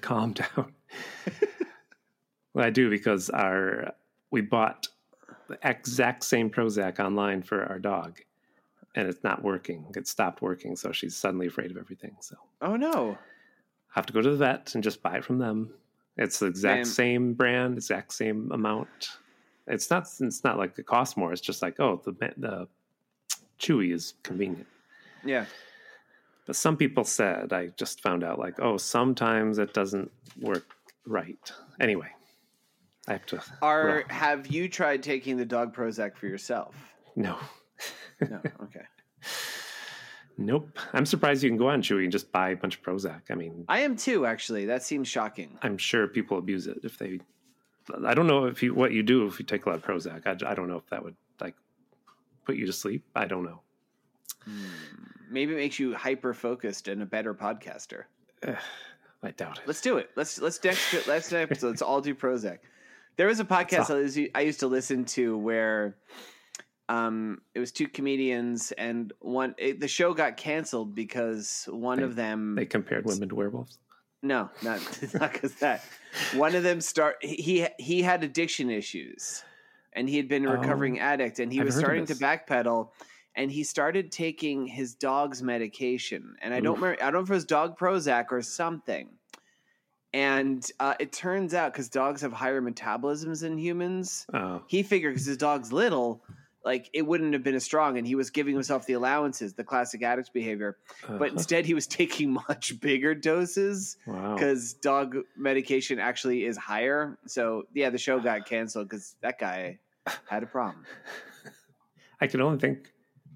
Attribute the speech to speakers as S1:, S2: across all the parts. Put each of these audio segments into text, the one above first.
S1: calm down. well, I do because our we bought the exact same Prozac online for our dog, and it's not working. It stopped working, so she's suddenly afraid of everything. So
S2: Oh no.
S1: I have to go to the vet and just buy it from them. It's the exact
S2: Man.
S1: same brand, exact same amount. It's not. It's not like it costs more. It's just like oh, the the Chewy is convenient.
S2: Yeah.
S1: But some people said, I just found out, like, oh, sometimes it doesn't work right. Anyway, I have to.
S2: Are
S1: well,
S2: have you tried taking the dog Prozac for yourself?
S1: no.
S2: No. Okay.
S1: Nope. I'm surprised you can go on Chewy and just buy a bunch of Prozac. I mean,
S2: I am too, actually. That seems shocking.
S1: I'm sure people abuse it if they. I don't know if you what you do if you take a lot of Prozac. I, I don't know if that would like put you to sleep. I don't know.
S2: Hmm. Maybe it makes you hyper focused and a better podcaster.
S1: I doubt it.
S2: Let's do it. Let's let's next let's next let's all do Prozac. There was a podcast I used- I used to listen to where um it was two comedians and one it, the show got canceled because one of them
S1: They compared women to werewolves.
S2: no not not because that one of them start he he had addiction issues and he had been a recovering addict and he
S1: Oh. I've
S2: was
S1: heard of
S2: starting to
S1: this.
S2: backpedal and he started taking his dog's medication and i don't remember i don't know if it was dog prozac or something and uh, it turns out because dogs have higher metabolisms than humans
S1: Oh,
S2: he figured because his dog's little like it wouldn't have been as strong and he was giving himself the allowances the classic addict behavior
S1: uh, Uh-huh.
S2: but instead he was taking much bigger doses
S1: wow.
S2: because dog medication actually is higher so yeah the show got canceled because that guy had a problem
S1: I can only think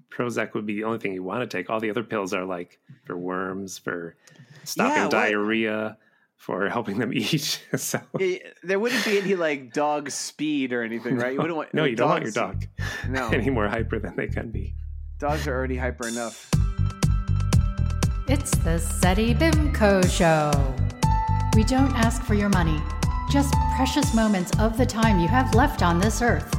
S1: Prozac would be the only thing you want to take. All the other pills are like for worms, for stopping
S2: Yeah, what-
S1: diarrhea, for helping them eat. so
S2: Yeah, there wouldn't be any like dog speed or anything right you wouldn't want
S1: no, you don't want your
S2: dogs-
S1: dog
S2: no
S1: any more hyper than they can be.
S2: dogs are already hyper enough
S3: It's the Seti Bimco Show. We don't ask for your money, just precious moments of the time you have left on this earth.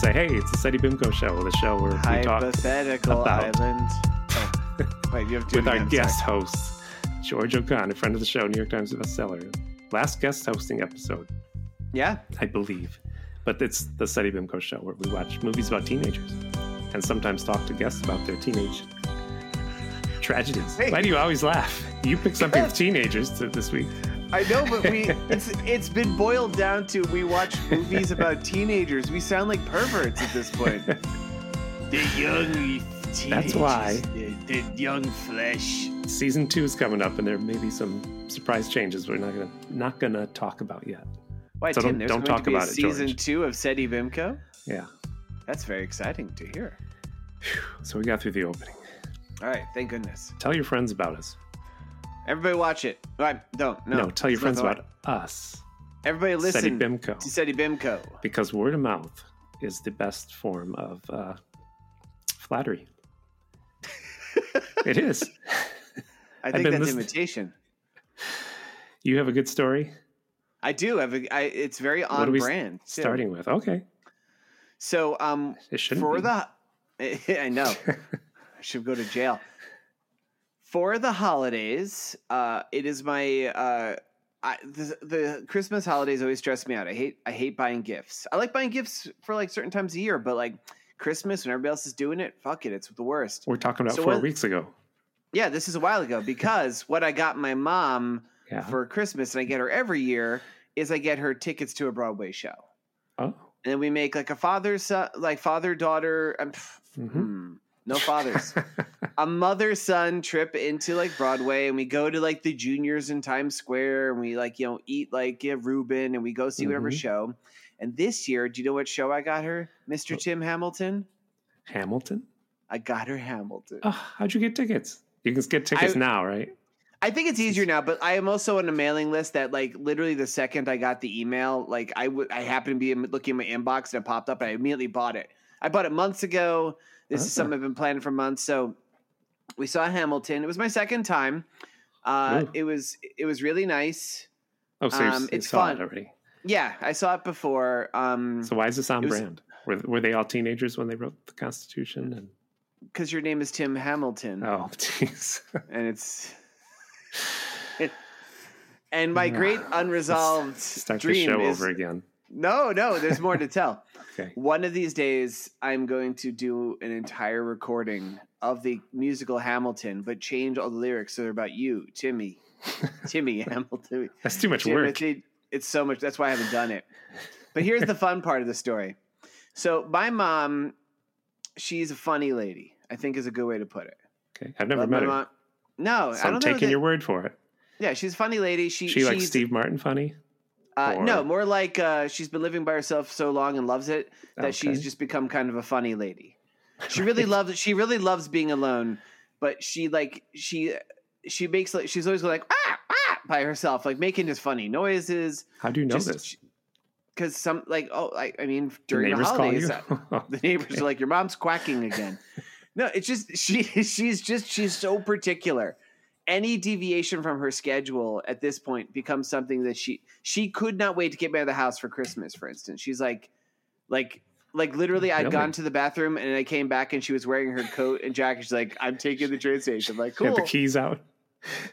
S1: Say, hey, it's the Seti Bimco show, the show where we talk
S2: hypothetical
S1: about-
S2: island oh. wait you have to do
S1: with
S2: it
S1: our
S2: again, sorry.
S1: guest host, George O'Connor, a friend of the show, New York Times bestseller. Last guest hosting episode,
S2: yeah
S1: I believe. But it's the Seti Bimco show where we watch movies about teenagers and sometimes talk to guests about their teenage tragedies.
S2: Hey.
S1: Why do you always laugh? You picked something with teenagers to, this week.
S2: I know, but we it's it's been boiled down to we watch movies about teenagers. We sound like perverts at this point. the young teenagers.
S1: That's why.
S2: The, the young flesh.
S1: Season two is coming up, and there may be some surprise changes we're not gonna not gonna talk about yet.
S2: Why,
S1: So
S2: Tim?
S1: don't-
S2: there's
S1: don't
S2: going
S1: talk
S2: to be
S1: about
S2: a
S1: it,
S2: season
S1: George.
S2: two of SETI Vimco.
S1: Yeah.
S2: That's very exciting to hear.
S1: So we got through the opening.
S2: All right, thank goodness.
S1: Tell your friends about us.
S2: Everybody, watch it. All right, don't no.
S1: No, tell your
S2: it's
S1: friends
S2: not the
S1: about us.
S2: right- Everybody,
S1: SETI
S2: listen
S1: Bimco.
S2: to SETI Bimco.
S1: because word of mouth is the best form of uh, flattery. it is.
S2: I think
S1: been
S2: that's
S1: listening-
S2: imitation.
S1: You have a good story.
S2: I do have a. I, it's very on
S1: what are we s-
S2: brand. too.
S1: starting with? Okay,
S2: So, um,
S1: It shouldn't
S2: for
S1: be.
S2: the I know I should go to jail for the holidays. Uh, it is my uh, I, the, the Christmas holidays always stress me out. I hate I hate buying gifts. I like buying gifts for like certain times of year, but like Christmas when everybody else is doing it, fuck it, it's the worst.
S1: we're talking about
S2: So
S1: four
S2: what-
S1: weeks ago.
S2: Yeah, this is a while ago because what I got my mom
S1: Yeah.
S2: for Christmas, and I get her every year, is I get her tickets to a Broadway show
S1: oh,
S2: and then we make like a father son like father daughter um, pff,
S1: mm-hmm.
S2: hmm, no fathers a mother son trip into like broadway and we go to like the juniors in times square and we like you know eat like yeah, reuben and we go see whatever
S1: Mhm.
S2: show and this year do you know what show i got her mr tim hamilton
S1: Hamilton.
S2: i got her hamilton
S1: Oh, how'd you get tickets? You can get tickets
S2: I-
S1: now, right?
S2: I think it's easier now, but I am also on a mailing list that, like, literally the second I got the email, like, I would I happened to be in- looking at my inbox and it popped up, and I immediately bought it. I bought it months ago. This is something I've been planning for months. So we saw Hamilton. It was my second time. Uh,
S1: Ooh.
S2: it was it was really nice.
S1: Oh, so you
S2: Um,
S1: you
S2: it's
S1: saw
S2: fun.
S1: it already.
S2: Yeah, I saw it before. Um
S1: So why is this on
S2: It was-
S1: brand? Were, were they all teenagers when they wrote the Constitution? And
S2: Mm. because your name is Tim Hamilton,
S1: oh, jeez,
S2: and it's and my great unresolved
S1: Start
S2: dream
S1: the show
S2: is
S1: over again.
S2: no, no. There's more to tell.
S1: Okay.
S2: One of these days, I'm going to do an entire recording of the musical Hamilton, but change all the lyrics so they're about you, Timmy, Timmy Hamilton.
S1: That's too much work.
S2: Timothy, it's so much. That's why I haven't done it. But here's the fun part of the story. So my mom, she's a funny lady. I think is a good way to put it.
S1: Okay. I've never
S2: But my
S1: met her.
S2: mom- no,
S1: so
S2: I
S1: I'm
S2: don't know.
S1: taking
S2: That,
S1: your word for it.
S2: yeah, she's a funny lady. She,
S1: She
S2: she's,
S1: likes Steve Martin funny?
S2: Uh,
S1: or-
S2: No, more like uh, she's been living by herself so long and loves it that she's
S1: Oh, Okay.
S2: just become kind of a funny lady. She really loves. She really loves being alone, but she like she she makes like she's always like ah ah by herself, like making just funny noises.
S1: How do you know this?
S2: just because some like oh I, I mean
S1: The
S2: during the,
S1: neighbors call
S2: holidays
S1: you?
S2: uh, the neighbors are like your mom's quacking again no it's just she she's just she's so particular any deviation from her schedule at this point becomes something that she she could not wait to get me out of the house for christmas for instance she's like like like literally i'd
S1: Really?
S2: gone to the bathroom and i came back and she was wearing her coat and jacket she's like i'm taking the train station like
S1: She
S2: cool
S1: had the keys out.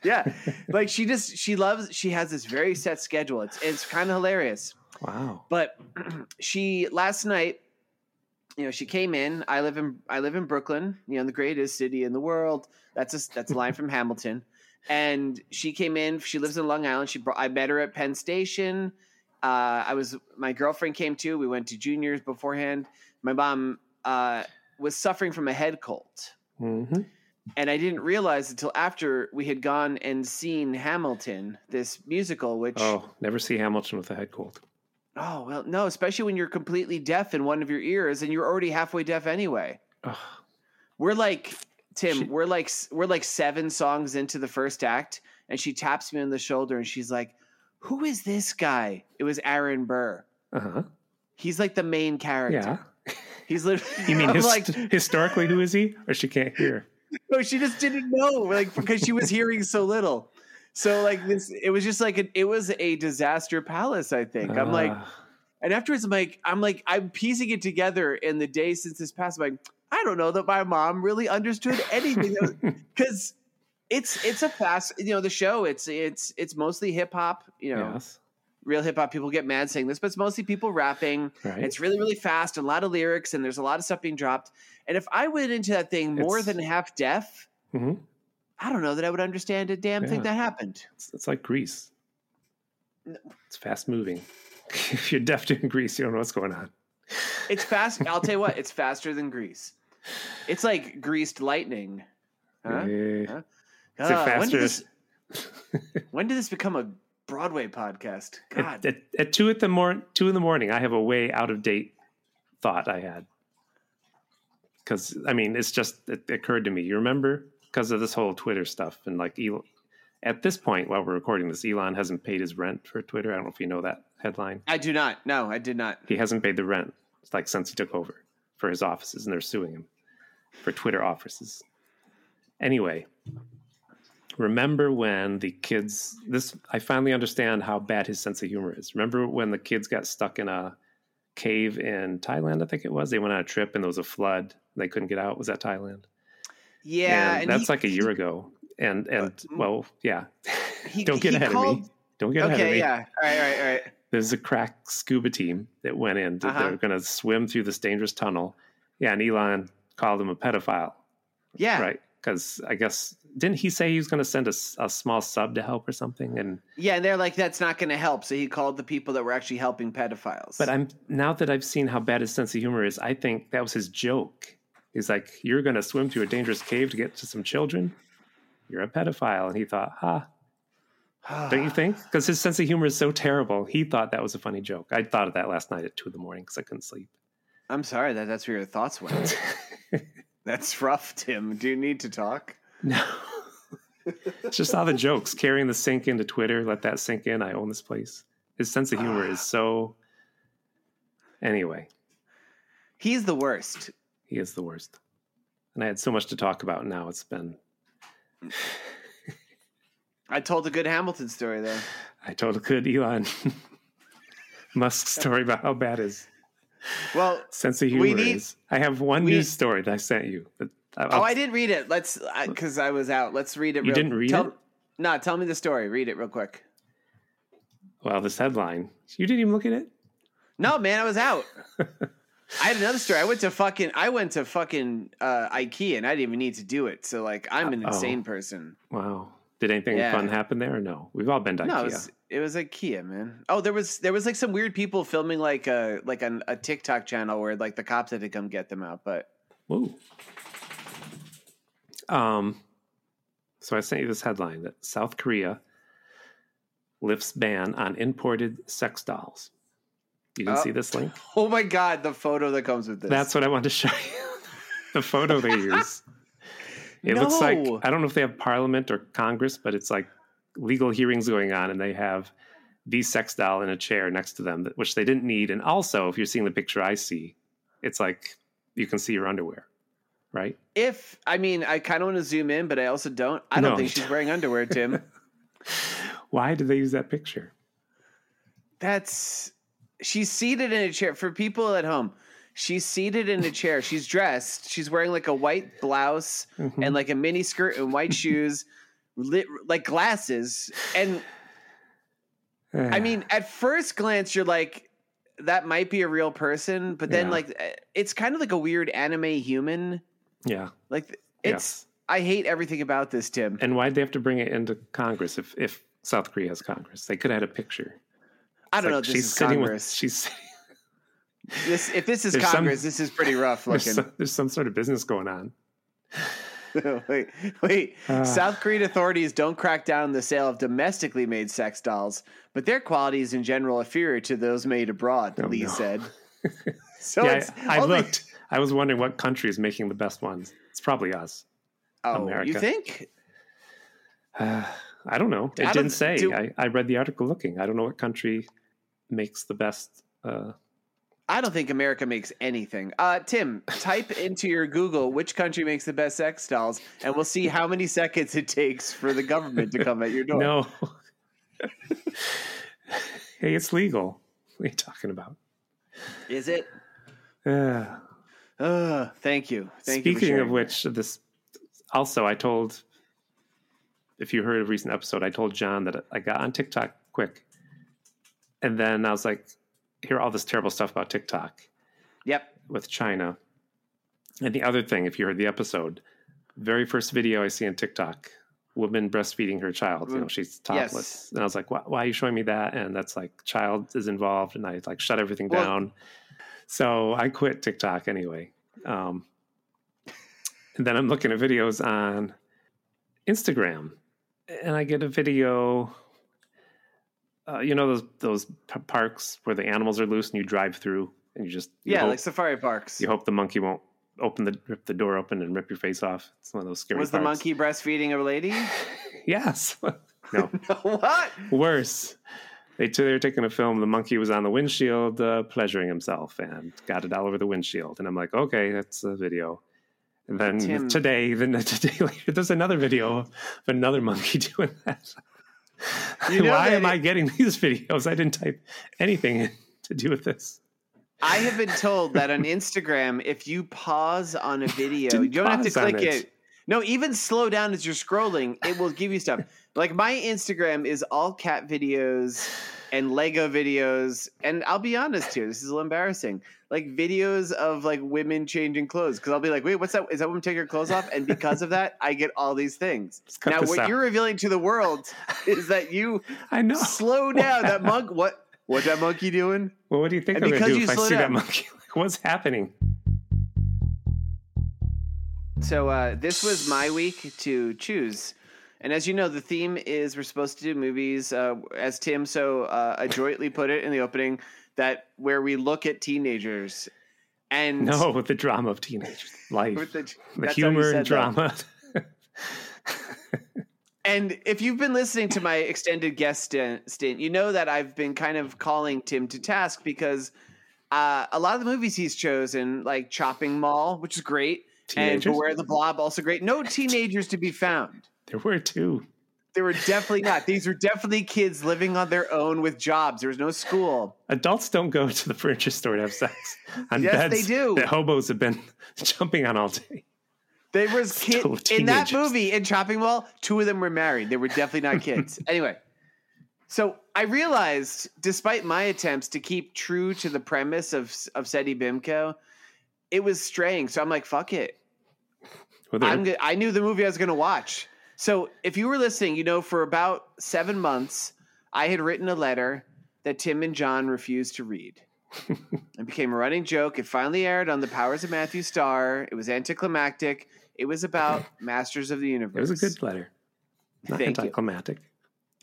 S2: yeah like she just she loves she has this very set schedule it's it's kind of hilarious
S1: Wow.
S2: but she last night, you know, she came in. I live in I live in Brooklyn, you know, the greatest city in the world. That's a that's a line from Hamilton. And she came in. She lives in Long Island. She brought, I met her at Penn Station. Uh, I was my girlfriend came too. We went to juniors beforehand. My mom uh, was suffering from a head cold
S1: hmm
S2: and I didn't realize until after we had gone and seen Hamilton, this musical, which oh,
S1: Oh, never see Hamilton with a head cold.
S2: well, no, especially when you're completely deaf in one of your ears and you're already halfway deaf anyway.
S1: Ugh.
S2: We're like Tim,
S1: She-
S2: we're like we're like seven songs into the first act, and she taps me on the shoulder and she's like, "Who is this guy?" It was Aaron Burr.
S1: Uh-huh.
S2: He's like the main
S1: Yeah.
S2: character. He's literally.
S1: You mean
S2: I'm
S1: his,
S2: like
S1: historically who is he? Or she can't hear.
S2: No, she just didn't know, like because she was hearing so little. So like this, it was just like an, it was a disaster palace. I think I'm like,
S1: Ah.
S2: and afterwards I'm like, I'm like, I'm piecing it together in the day since this passed. I'm like, I don't know that my mom really understood anything because it's it's a fast, you know, the show. It's it's it's mostly hip hop, you know,
S1: yes.
S2: real hip hop. People get mad saying this, but it's mostly people rapping.
S1: Right.
S2: It's really really fast, and a lot of lyrics, and there's a lot of stuff being dropped. And if I went into that thing more
S1: It's-
S2: than half deaf.
S1: Mhm.
S2: I don't know that I would understand a damn thing
S1: Yeah.
S2: that happened.
S1: It's, it's like Greece. It's fast moving. if you're deaf doing Greece, you don't know what's going on.
S2: It's fast. I'll tell you what, it's faster than grease. It's like greased lightning. Huh?
S1: Eh,
S2: Huh?
S1: Is it
S2: God, when,
S1: faster?
S2: did this, when did this become a Broadway podcast?
S1: At,
S2: God.
S1: at, at two at the mor- two in the morning, I have a way out of date thought I had because I mean it's just it occurred to me. You remember because of this whole Twitter stuff and like Elon. At this point, while we're recording this, Elon hasn't paid his rent for Twitter. I don't know if you know that headline.
S2: I do not. No, I did not.
S1: He hasn't paid the rent It's like since he took over for his offices, and they're suing him for Twitter offices. Anyway, remember when the kids this I finally understand how bad his sense of humor is. Remember when the kids got stuck in a cave in Thailand, I think it was. They went on a trip and there was a flood. They couldn't get out. Was that Thailand?
S2: Yeah.
S1: and
S2: and
S1: that's
S2: he- Uh,
S1: like
S2: mm.
S1: a year ago. And and well, yeah.
S2: he-
S1: Don't get
S2: he
S1: ahead of
S2: called-
S1: me. Don't get ahead of
S2: Okay.
S1: me
S2: Yeah. All right. All right. All right.
S1: there's a crack scuba team that went in. that
S2: Uh-huh.
S1: They're going to swim through this dangerous tunnel. Yeah, and Elon called him a pedophile,
S2: Yeah.
S1: right? Because I guess didn't he say he was going to send a, s- a small sub to help or something? And
S2: Yeah. And they're like, that's not going to help. So he called the people that were actually helping pedophiles.
S1: but I'm now that I've seen how bad his sense of humor is, I think that was his joke. He's like, "You're going to swim through a dangerous cave to get to some children. You're a pedophile," and he thought, "Ha, don't
S2: Ah.
S1: you think?" Because his sense of humor is so terrible, he thought that was a funny joke. I thought of that last night at two in the morning because I couldn't sleep.
S2: I'm sorry that that's where your thoughts went. that's rough, Tim. Do you need to talk?
S1: No. Just all the jokes, carrying the sink into Twitter, let that sink in. I own this place. His sense of humor is so. Anyway,
S2: He's the worst.
S1: he is the worst. And I had so much to talk about. and Now it's been.
S2: I told a good Hamilton story though.
S1: I told a good Elon Musk story about how bad his
S2: Well,
S1: sense of
S2: We
S1: humor
S2: need-
S1: is. I have one
S2: we-
S1: news story that I sent you. But
S2: oh, I didn't read it. Let's because I was out. Let's read it.
S1: You
S2: real-
S1: didn't read
S2: tell-
S1: it?
S2: Nah, tell me the story. Read it real quick.
S1: Well, this headline. You didn't even look at it.
S2: No, man, I was out. I had another story. I went to fucking I went to fucking uh, IKEA and I didn't even need to do it. So like I'm an
S1: Uh-oh.
S2: insane person.
S1: Wow. Did anything
S2: Yeah.
S1: fun happen there? Or no. We've all been to
S2: No, it
S1: IKEA.
S2: was it was IKEA, man. Oh, there was there was like some weird people filming like a like an, a TikTok channel where like the cops had to come get them out. But
S1: Woo. Um, so I sent you this headline that South Korea lifts ban on imported sex dolls. You didn't
S2: Oh.
S1: see this link?
S2: oh my god, the photo that comes with this.
S1: That's what I wanted to show you. the photo they use. It looks like
S2: No.
S1: I don't know if they have Parliament or Congress, but it's like legal hearings going on, and they have the sex doll in a chair next to them, that- which they didn't need. And also, if you're seeing the picture I see, it's like you can see your underwear, right?
S2: if I mean I kind of want to zoom in, but I also don't. I don't
S1: No.
S2: think she's wearing underwear, Tim.
S1: Why did they use that picture?
S2: That's she's seated in a chair for people at home. She's seated in a chair. She's dressed. She's wearing like a white blouse
S1: Mhm.
S2: and like a mini skirt and white shoes, lit, like glasses. And
S1: uh,
S2: I mean, at first glance, you're like, that might be a real person, but then
S1: Yeah.
S2: like, eh, it's kind of like a weird anime human.
S1: yeah,
S2: Like, th- it's.
S1: yes.
S2: I hate everything about this, Tim.
S1: And why would they have to bring it into Congress if if South Korea has Congress? They could have had a picture.
S2: I don't know.
S1: Like,
S2: If this
S1: she's
S2: is
S1: sitting
S2: Congress.
S1: with she's
S2: this, if this is
S1: there's some-
S2: Congress, this is pretty rough
S1: there's
S2: looking.
S1: some, there's some sort of business going on.
S2: wait, wait.
S1: Ah.
S2: Uh, South Korean authorities don't crack down on the sale of domestically made sex dolls, but their quality is in general inferior to those made abroad,
S1: Oh,
S2: Lee
S1: no.
S2: said. So
S1: yeah,
S2: it's
S1: I, I
S2: only-
S1: looked. I was wondering what country is making the best ones. It's probably us.
S2: Oh, you
S1: America.
S2: think?
S1: I don't know. It
S2: I don't-
S1: didn't say.
S2: do-
S1: I, I read the article looking. I don't know what country makes the best. Uh,
S2: I don't think America makes anything. Uh, Tim, type into your Google which country makes the best sex dolls, and we'll see how many seconds it takes for the government to come at your door.
S1: no. hey, it's legal. What are you talking about?
S2: Is it?
S1: Uh,
S2: Ugh, thank you. Thank you. for
S1: Speaking of
S2: sharing.
S1: which, this also I told. If you heard a recent episode, I told John that I got on TikTok quick, and then I was like, "Hear all this terrible stuff about TikTok."
S2: Yep.
S1: with China. And the other thing, if you heard the episode, very first video I see on TikTok, woman breastfeeding her child. You know,
S2: Mm.
S1: she's
S2: Yes.
S1: topless. And I was like, why, why are you showing me that? And that's like, child is involved. And I like shut everything
S2: Well-
S1: down. So I quit TikTok anyway. Um, and then I'm looking at videos on Instagram and I get a video. Uh, you know those those p- parks where the animals are loose and you drive through and you just you
S2: Yeah,
S1: hope-
S2: like safari parks.
S1: you hope the monkey won't open the rip the door open and rip your face off. It's one of those scary.
S2: Was the
S1: parts.
S2: monkey breastfeeding a lady?
S1: Yes. no.
S2: what?
S1: Worse. They t- they were taking a film. The monkey was on the windshield, uh, pleasuring himself, and got it all over the windshield. And I'm like, okay, that's a video. And then
S2: Tim-
S1: today, then today later, there's another video of another monkey doing that.
S2: You know
S1: Why
S2: that
S1: am I
S2: it-
S1: getting these videos? I didn't type anything in to do with this.
S2: I have been told that on Instagram, if you pause on a video,
S1: Didn't
S2: you don't have to
S1: pause on
S2: click it.
S1: it.
S2: No, even slow down as you're scrolling, it will give you stuff. like my Instagram is all cat videos and Lego videos, and I'll be honest here, this is a little embarrassing. Like videos of like women changing clothes, because I'll be like, wait, what's that? Is that woman taking her clothes off? And because of that, I get all these things.
S1: Let's cut
S2: now,
S1: this
S2: what
S1: out.
S2: you're revealing to the world is that you
S1: I know.
S2: slow down. That monk, what? What that monkey doing?
S1: Well, what do you think
S2: And
S1: I'm going to
S2: because
S1: do
S2: you
S1: if I
S2: slow
S1: see that
S2: down-
S1: monkey? Like, what's happening?
S2: So uh, this was my week to choose, and as you know, the theme is we're supposed to do movies, uh, as Tim so uh, adroitly put it in the opening, that where we look at teenagers, and
S1: No, with the drama of teenage life,
S2: with the,
S1: the,
S2: that's how you
S1: humor
S2: said
S1: and
S2: that.
S1: drama.
S2: And if you've been listening to my extended guest stint, stint, you know that I've been kind of calling Tim to task because uh, a lot of the movies he's chosen, like Chopping Mall, which is great, and
S1: Teenagers.
S2: Beware the Blob, also great. No teenagers to be found.
S1: There were two.
S2: There were definitely not. These were definitely kids living on their own with jobs. There was no school.
S1: Adults don't go to the furniture store to have sex on
S2: Yes, they
S1: beds
S2: do.
S1: that hobos have been jumping on all day.
S2: They was kid
S1: Still
S2: in that
S1: teenagers.
S2: movie in Chopping Mall. Two of them were married. They were definitely not kids. anyway, so I realized, despite my attempts to keep true to the premise of of Seti Bimco, it was straying. So I'm like, fuck it.
S1: Well,
S2: I'm
S1: there,
S2: go- I knew the movie I was going to watch. So if you were listening, you know, for about seven months, I had written a letter that Tim and John refused to read. it became a running joke. It finally aired on The Powers of Matthew Starr. It was anticlimactic. It was about Masters of the
S1: it
S2: Universe.
S1: was a good letter. Not
S2: Thank you.
S1: anticlimactic.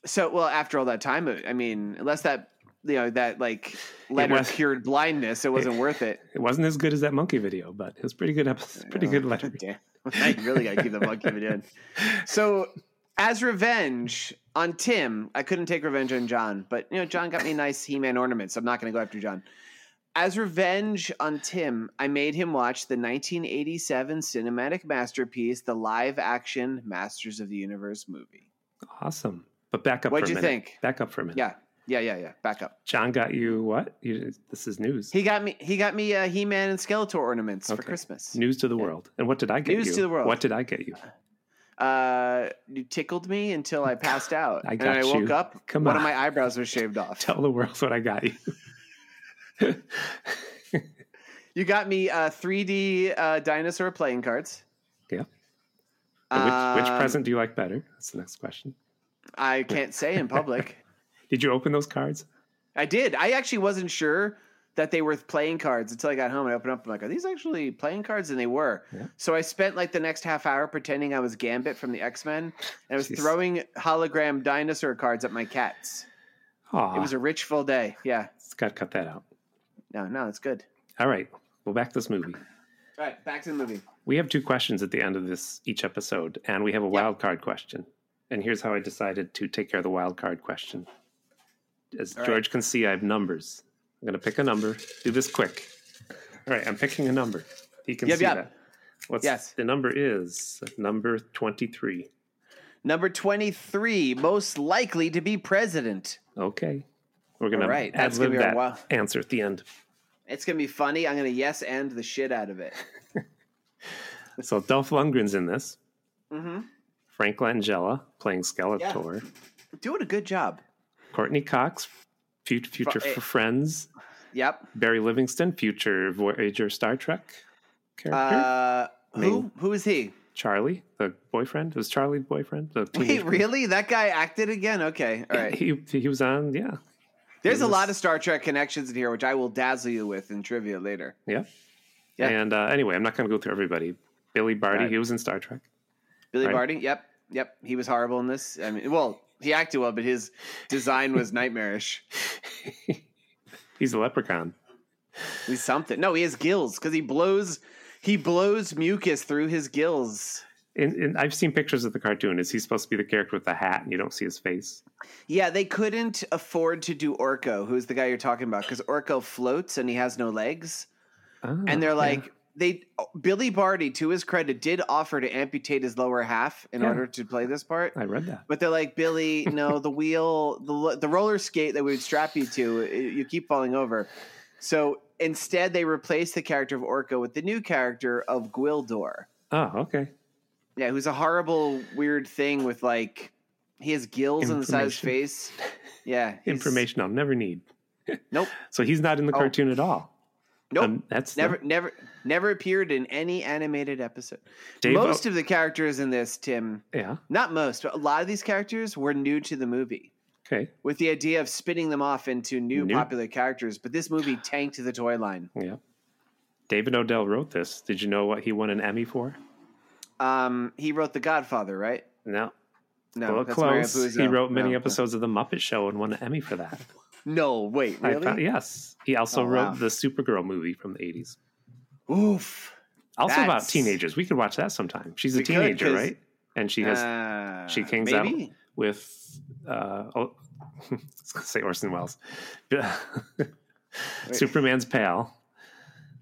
S2: So, well, after all that time, I mean, unless that, you know, that like letter
S1: was-
S2: cured blindness, it wasn't worth it.
S1: It wasn't as good as that monkey video, but it was pretty good. Episode, pretty good letter.
S2: Damn. I really got to keep the monkey of it in. So, as revenge on Tim, I couldn't take revenge on John, but you know, John got me a nice He Man ornament, so I'm not going to go after John. As revenge on Tim, I made him watch the 1987 cinematic masterpiece, the live action Masters of the Universe movie.
S1: Awesome. But back up.
S2: What'd
S1: for a
S2: you
S1: minute.
S2: think?
S1: Back up for a minute.
S2: Yeah, yeah, yeah, yeah. Back up.
S1: John got you what? You, this is news.
S2: He got me. He got me uh, He Man and Skeletor ornaments for
S1: Okay.
S2: Christmas.
S1: news to the world. And what did I get
S2: News
S1: you?
S2: to the world.
S1: What did I get you?
S2: Uh, you tickled me until I passed out,
S1: I
S2: and
S1: got
S2: I woke
S1: you.
S2: up.
S1: Come
S2: one of
S1: on.
S2: my eyebrows was shaved off.
S1: Tell the world what I got you.
S2: You got me uh, 3D uh, dinosaur playing cards.
S1: Yeah. And which, which
S2: Um,
S1: present do you like better? That's the next question.
S2: I can't say in public.
S1: Did you open those cards?
S2: I did. I actually wasn't sure that they were playing cards until I got home and I opened up. I'm like, are these actually playing cards? And they were.
S1: Yeah.
S2: So I spent like the next half hour pretending I was Gambit from the X Men and I was
S1: Jeez.
S2: throwing hologram dinosaur cards at my cats.
S1: Aw,
S2: It was a rich full day. Yeah.
S1: got to cut that out.
S2: No, no, it's good.
S1: All right, well, back to this movie.
S2: All right, back to the movie.
S1: We have two questions at the end of this each episode, and we have a wild card question. And here's how I decided to take care of the wild card question. As
S2: All right.
S1: George can see, I have numbers. I'm going to pick a number. Do this quick. All right, I'm picking a number. He can
S2: Yep,
S1: see
S2: yep.
S1: that. What's
S2: Yes.
S1: the number is number 23.
S2: Number 23, most likely to be president.
S1: Okay. We're going
S2: All right,
S1: to ad
S2: that's gonna
S1: lib
S2: be our
S1: that
S2: wild-
S1: answer at the end.
S2: It's gonna be funny. I'm gonna yes and the shit out of it.
S1: So Dolph Lundgren's in this.
S2: Mm-hmm.
S1: Frank Langella playing Skeletor.
S2: Doing a good job.
S1: Courtney Cox, future, future
S2: Fr- eh.
S1: f- Friends.
S2: Yep.
S1: Barry Livingston, future Voyager Star Trek character.
S2: Uh, who
S1: Main.
S2: who is he?
S1: Charlie, the boyfriend. Was Charlie the boyfriend? The
S2: Wait,
S1: teenage-
S2: really? That guy acted again? Okay, all right.
S1: He, he was on, yeah.
S2: There's a
S1: was-
S2: lot of Star Trek connections in here, which I will dazzle you with in trivia later.
S1: Yeah.
S2: Yeah.
S1: And uh, anyway, I'm not going to go through everybody. Billy Barty,
S2: Right.
S1: he was in Star Trek.
S2: Billy
S1: Right.
S2: Barty. Yep, yep. He was horrible in this. I mean, well, he acted well, but his design was nightmarish.
S1: He's a leprechaun.
S2: He's something. No, he has gills because he blows. He blows mucus through his gills.
S1: And, and I've seen pictures of the cartoon. Is he supposed to be the character with the hat and you don't see his face?
S2: Yeah, they couldn't afford to do Orko, who's the guy you're talking about, because Orko floats and he has no legs.
S1: Ah,
S2: and they're
S1: yeah.
S2: like, they oh, Billy Barty, to his credit, did offer to amputate his lower half in
S1: Yeah.
S2: order to play this part.
S1: Ah, I read that.
S2: But they're like, Billy, no, the wheel, the, lo- the roller skate that we would strap you to, i- you keep falling over. So instead, they replaced the character of Orko with the new character of Gwildor.
S1: Oh, okay.
S2: Yeah, who's a horrible, weird thing with like, he has gills on the side of his face. Yeah. he's-
S1: Information I'll never need.
S2: Nope.
S1: So he's not in the
S2: Oh.
S1: cartoon at all.
S2: Nope.
S1: Um, that's
S2: never, never, never appeared in any animated episode.
S1: Dave uh, O-
S2: most of the characters in this, Tim,
S1: Yeah.
S2: not most, but a lot of these characters were new to the movie
S1: Okay.
S2: with the idea of spinning them off into new,
S1: New-
S2: popular characters. But this movie tanked the toy line.
S1: Yeah. David Odell wrote this. Did you know what he won an Emmy for?
S2: Um, he wrote The Godfather, right?
S1: No.
S2: No,
S1: well,
S2: Mario
S1: close. He
S2: Puzo.
S1: wrote many
S2: No.
S1: episodes of The Muppet Show and won an Emmy for that.
S2: No, wait,
S1: I
S2: really?
S1: found- yes. He also
S2: Oh,
S1: wrote
S2: wow.
S1: the Supergirl movie from the 80s.
S2: Oof.
S1: Also about
S2: That's-
S1: teenagers. We could watch that sometime. She's a
S2: We could,
S1: teenager,
S2: 'cause-
S1: right? And she has
S2: Uh,
S1: she hangs out
S2: maybe?
S1: with uh oh, I was gonna say Orson Welles. Superman's pal.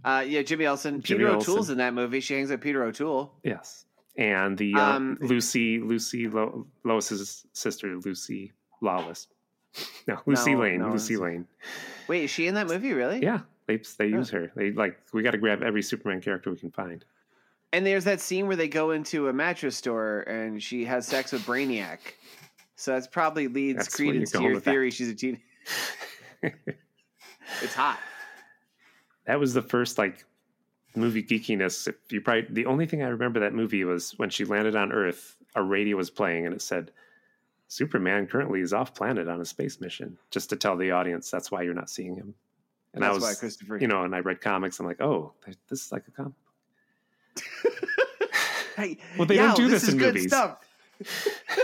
S2: Uh, yeah, Jimmy Olsen.
S1: Jimmy
S2: Peter
S1: Olsen.
S2: O'Toole's in that movie. She hangs out with Peter O'Toole.
S1: Yes. And the uh,
S2: Um,
S1: Lucy Lucy Lo- Lois's sister Lucy Lawless. No, Lucy
S2: No,
S1: Lane,
S2: no,
S1: Lucy
S2: it's-
S1: Lane.
S2: Wait, is she in that movie? Really?
S1: Yeah, they they use her. They like we got to grab every Superman character we can find.
S2: And there's that scene where they go into a mattress store and she has sex with Brainiac. So that's probably leads
S1: That's where you're
S2: credence to
S1: going
S2: your
S1: with that.
S2: theory she's a teen. it's hot.
S1: that was the first like movie geekiness. You probably the only thing I remember that movie was when she landed on Earth, a radio was playing and it said, "Superman currently is off planet on a space mission," just to tell the audience that's why you're not seeing him. And
S2: that's
S1: I
S2: why
S1: was,
S2: Christopher.
S1: you know, and I read comics. I'm like, oh, this is like a comic.
S2: Hey,
S1: Well, they don't
S2: yo,
S1: do this
S2: is
S1: in
S2: good
S1: movies.
S2: Stuff.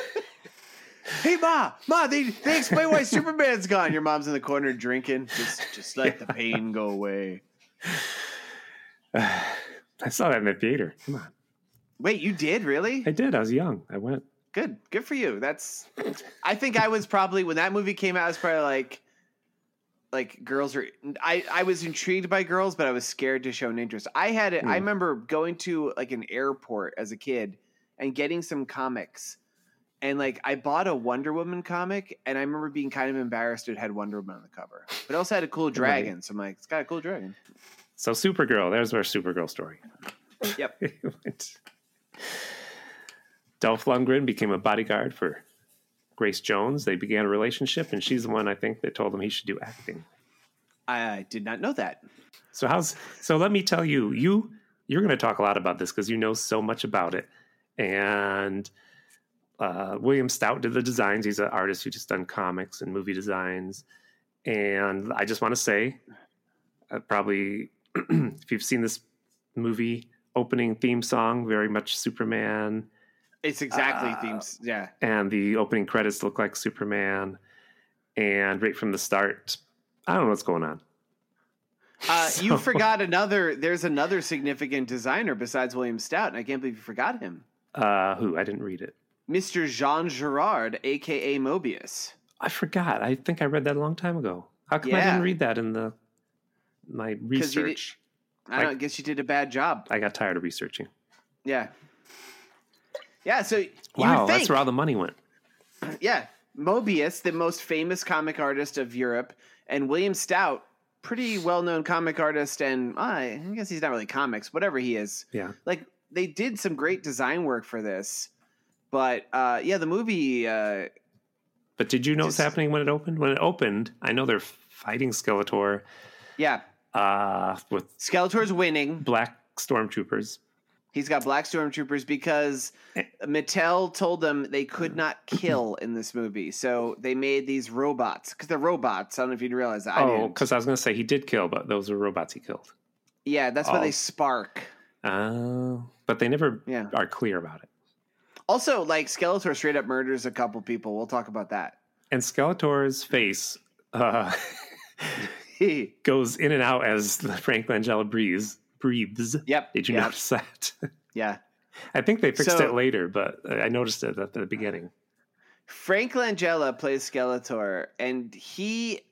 S2: hey, ma, ma, they they explain why Superman's gone. Your mom's in the corner drinking. Just just let the pain go away.
S1: I saw that in the theater. Come on,
S2: Wait, you did really?
S1: I did. I was young. I went.
S2: Good, good for you. That's. I think I was probably when that movie came out. I was probably like, like girls are. I I was intrigued by girls, but I was scared to show an interest. I had. it. I
S1: Hmm.
S2: remember going to like an airport as a kid and getting some comics, and like I bought a Wonder Woman comic, and I remember being kind of embarrassed it had Wonder Woman on the cover, but it also had a cool dragon. So I'm like, it's got a cool dragon.
S1: So Supergirl. There's our Supergirl story.
S2: Yep.
S1: Dolph Lundgren became a bodyguard for Grace Jones. They began a relationship, and she's the one I think that told him he should do acting.
S2: I did not know that.
S1: So how's so? Let me tell you, you you're going to talk a lot about this because you know so much about it. And uh, William Stout did the designs. He's an artist who just done comics and movie designs. And I just want to say, uh, probably if you've seen this movie opening theme song, very much Superman.
S2: It's exactly
S1: Uh,
S2: themes. Yeah.
S1: and the opening credits look like Superman. And right from the start, I don't know what's going on.
S2: Uh, You
S1: So-
S2: forgot another. There's another significant designer besides William Stout, and I can't believe you forgot him,
S1: Uh, who? I didn't read it.
S2: Mr. Jean Girard, aka Mobius.
S1: I forgot. I think I read that a long time ago. How come I
S2: Yeah.
S1: didn't read that in the my
S2: you di-
S1: research?
S2: I don't
S1: Like-
S2: guess you did a bad job.
S1: I got tired of researching.
S2: Yeah, yeah. So you would
S1: Wow, that's
S2: think-
S1: where all the money went.
S2: yeah, Mobius, the most famous comic artist of Europe, and William Stout, pretty well-known comic artist, and uh, I guess he's not really comics, whatever he is.
S1: Yeah.
S2: like they did some great design work for this, but uh, yeah, the movie. Uh,
S1: But did you know what's
S2: Just-
S1: happening when it opened? When it opened, I know they're fighting Skeletor
S2: yeah,
S1: uh, with
S2: Skeletor's winning.
S1: black stormtroopers.
S2: He's got black stormtroopers because
S1: Eh. Mm.
S2: Mattel told them they could not kill in this movie, so they made these robots because they're robots. I don't know if you realize that. I
S1: oh,
S2: didn't.
S1: because I was going to say he did kill, but those were robots he killed.
S2: yeah, that's why
S1: Oh.
S2: they spark.
S1: Oh, but they never
S2: Yeah.
S1: are clear about it.
S2: Also, like Skeletor straight up murders a couple people. We'll talk about that.
S1: And Skeletor's face uh,
S2: yep.
S1: goes in and out as the Frank Langella breathes. Breathes. Did you
S2: yep,
S1: notice that?
S2: Yeah.
S1: I think they fixed
S2: So-
S1: it later, but I noticed it at the beginning.
S2: Frank Langella plays Skeletor, and he,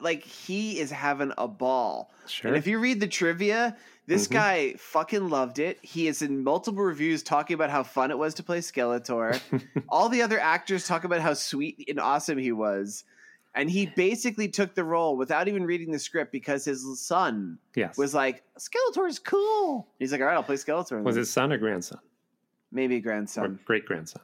S2: like, he is having a ball.
S1: Sure.
S2: And if you read the trivia, this
S1: Mhm.
S2: guy fucking loved it. He is in multiple reviews talking about how fun it was to play Skeletor. All the other actors talk about how sweet and awesome he was. And he basically took the role without even reading the script because his son
S1: yes. Was,
S2: was like, Skeletor's cool. He's like, all right, I'll play Skeletor.
S1: it son or grandson?
S2: Maybe
S1: Or
S2: grandson.
S1: great grandson?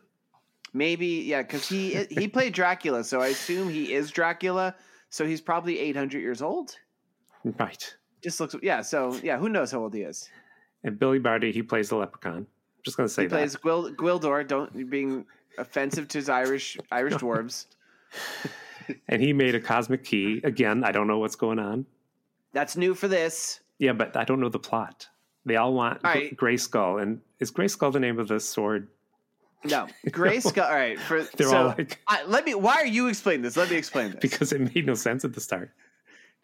S2: Maybe, yeah, because he he played Dracula. So I assume he is Dracula. So he's probably 800 years old.
S1: Right.
S2: Just looks, yeah. So, yeah, who knows how old he is?
S1: And Billy Barty, he plays the leprechaun. I'm just going to say
S2: he
S1: that.
S2: plays Gwil- Gwildor. Don't you're being offensive to his Irish Irish dwarves.
S1: and he made a cosmic key. Again, I don't know what's going on.
S2: That's new for this.
S1: Yeah, but I don't know the plot. They all want
S2: All
S1: Gray
S2: right.
S1: Grayskull. And is Grayskull the name of the sword?
S2: No, Gray Skull. All right, for
S1: They're
S2: so
S1: all like,
S2: I, let me. Why are you explaining this? Let me explain this.
S1: because it made no sense at the start.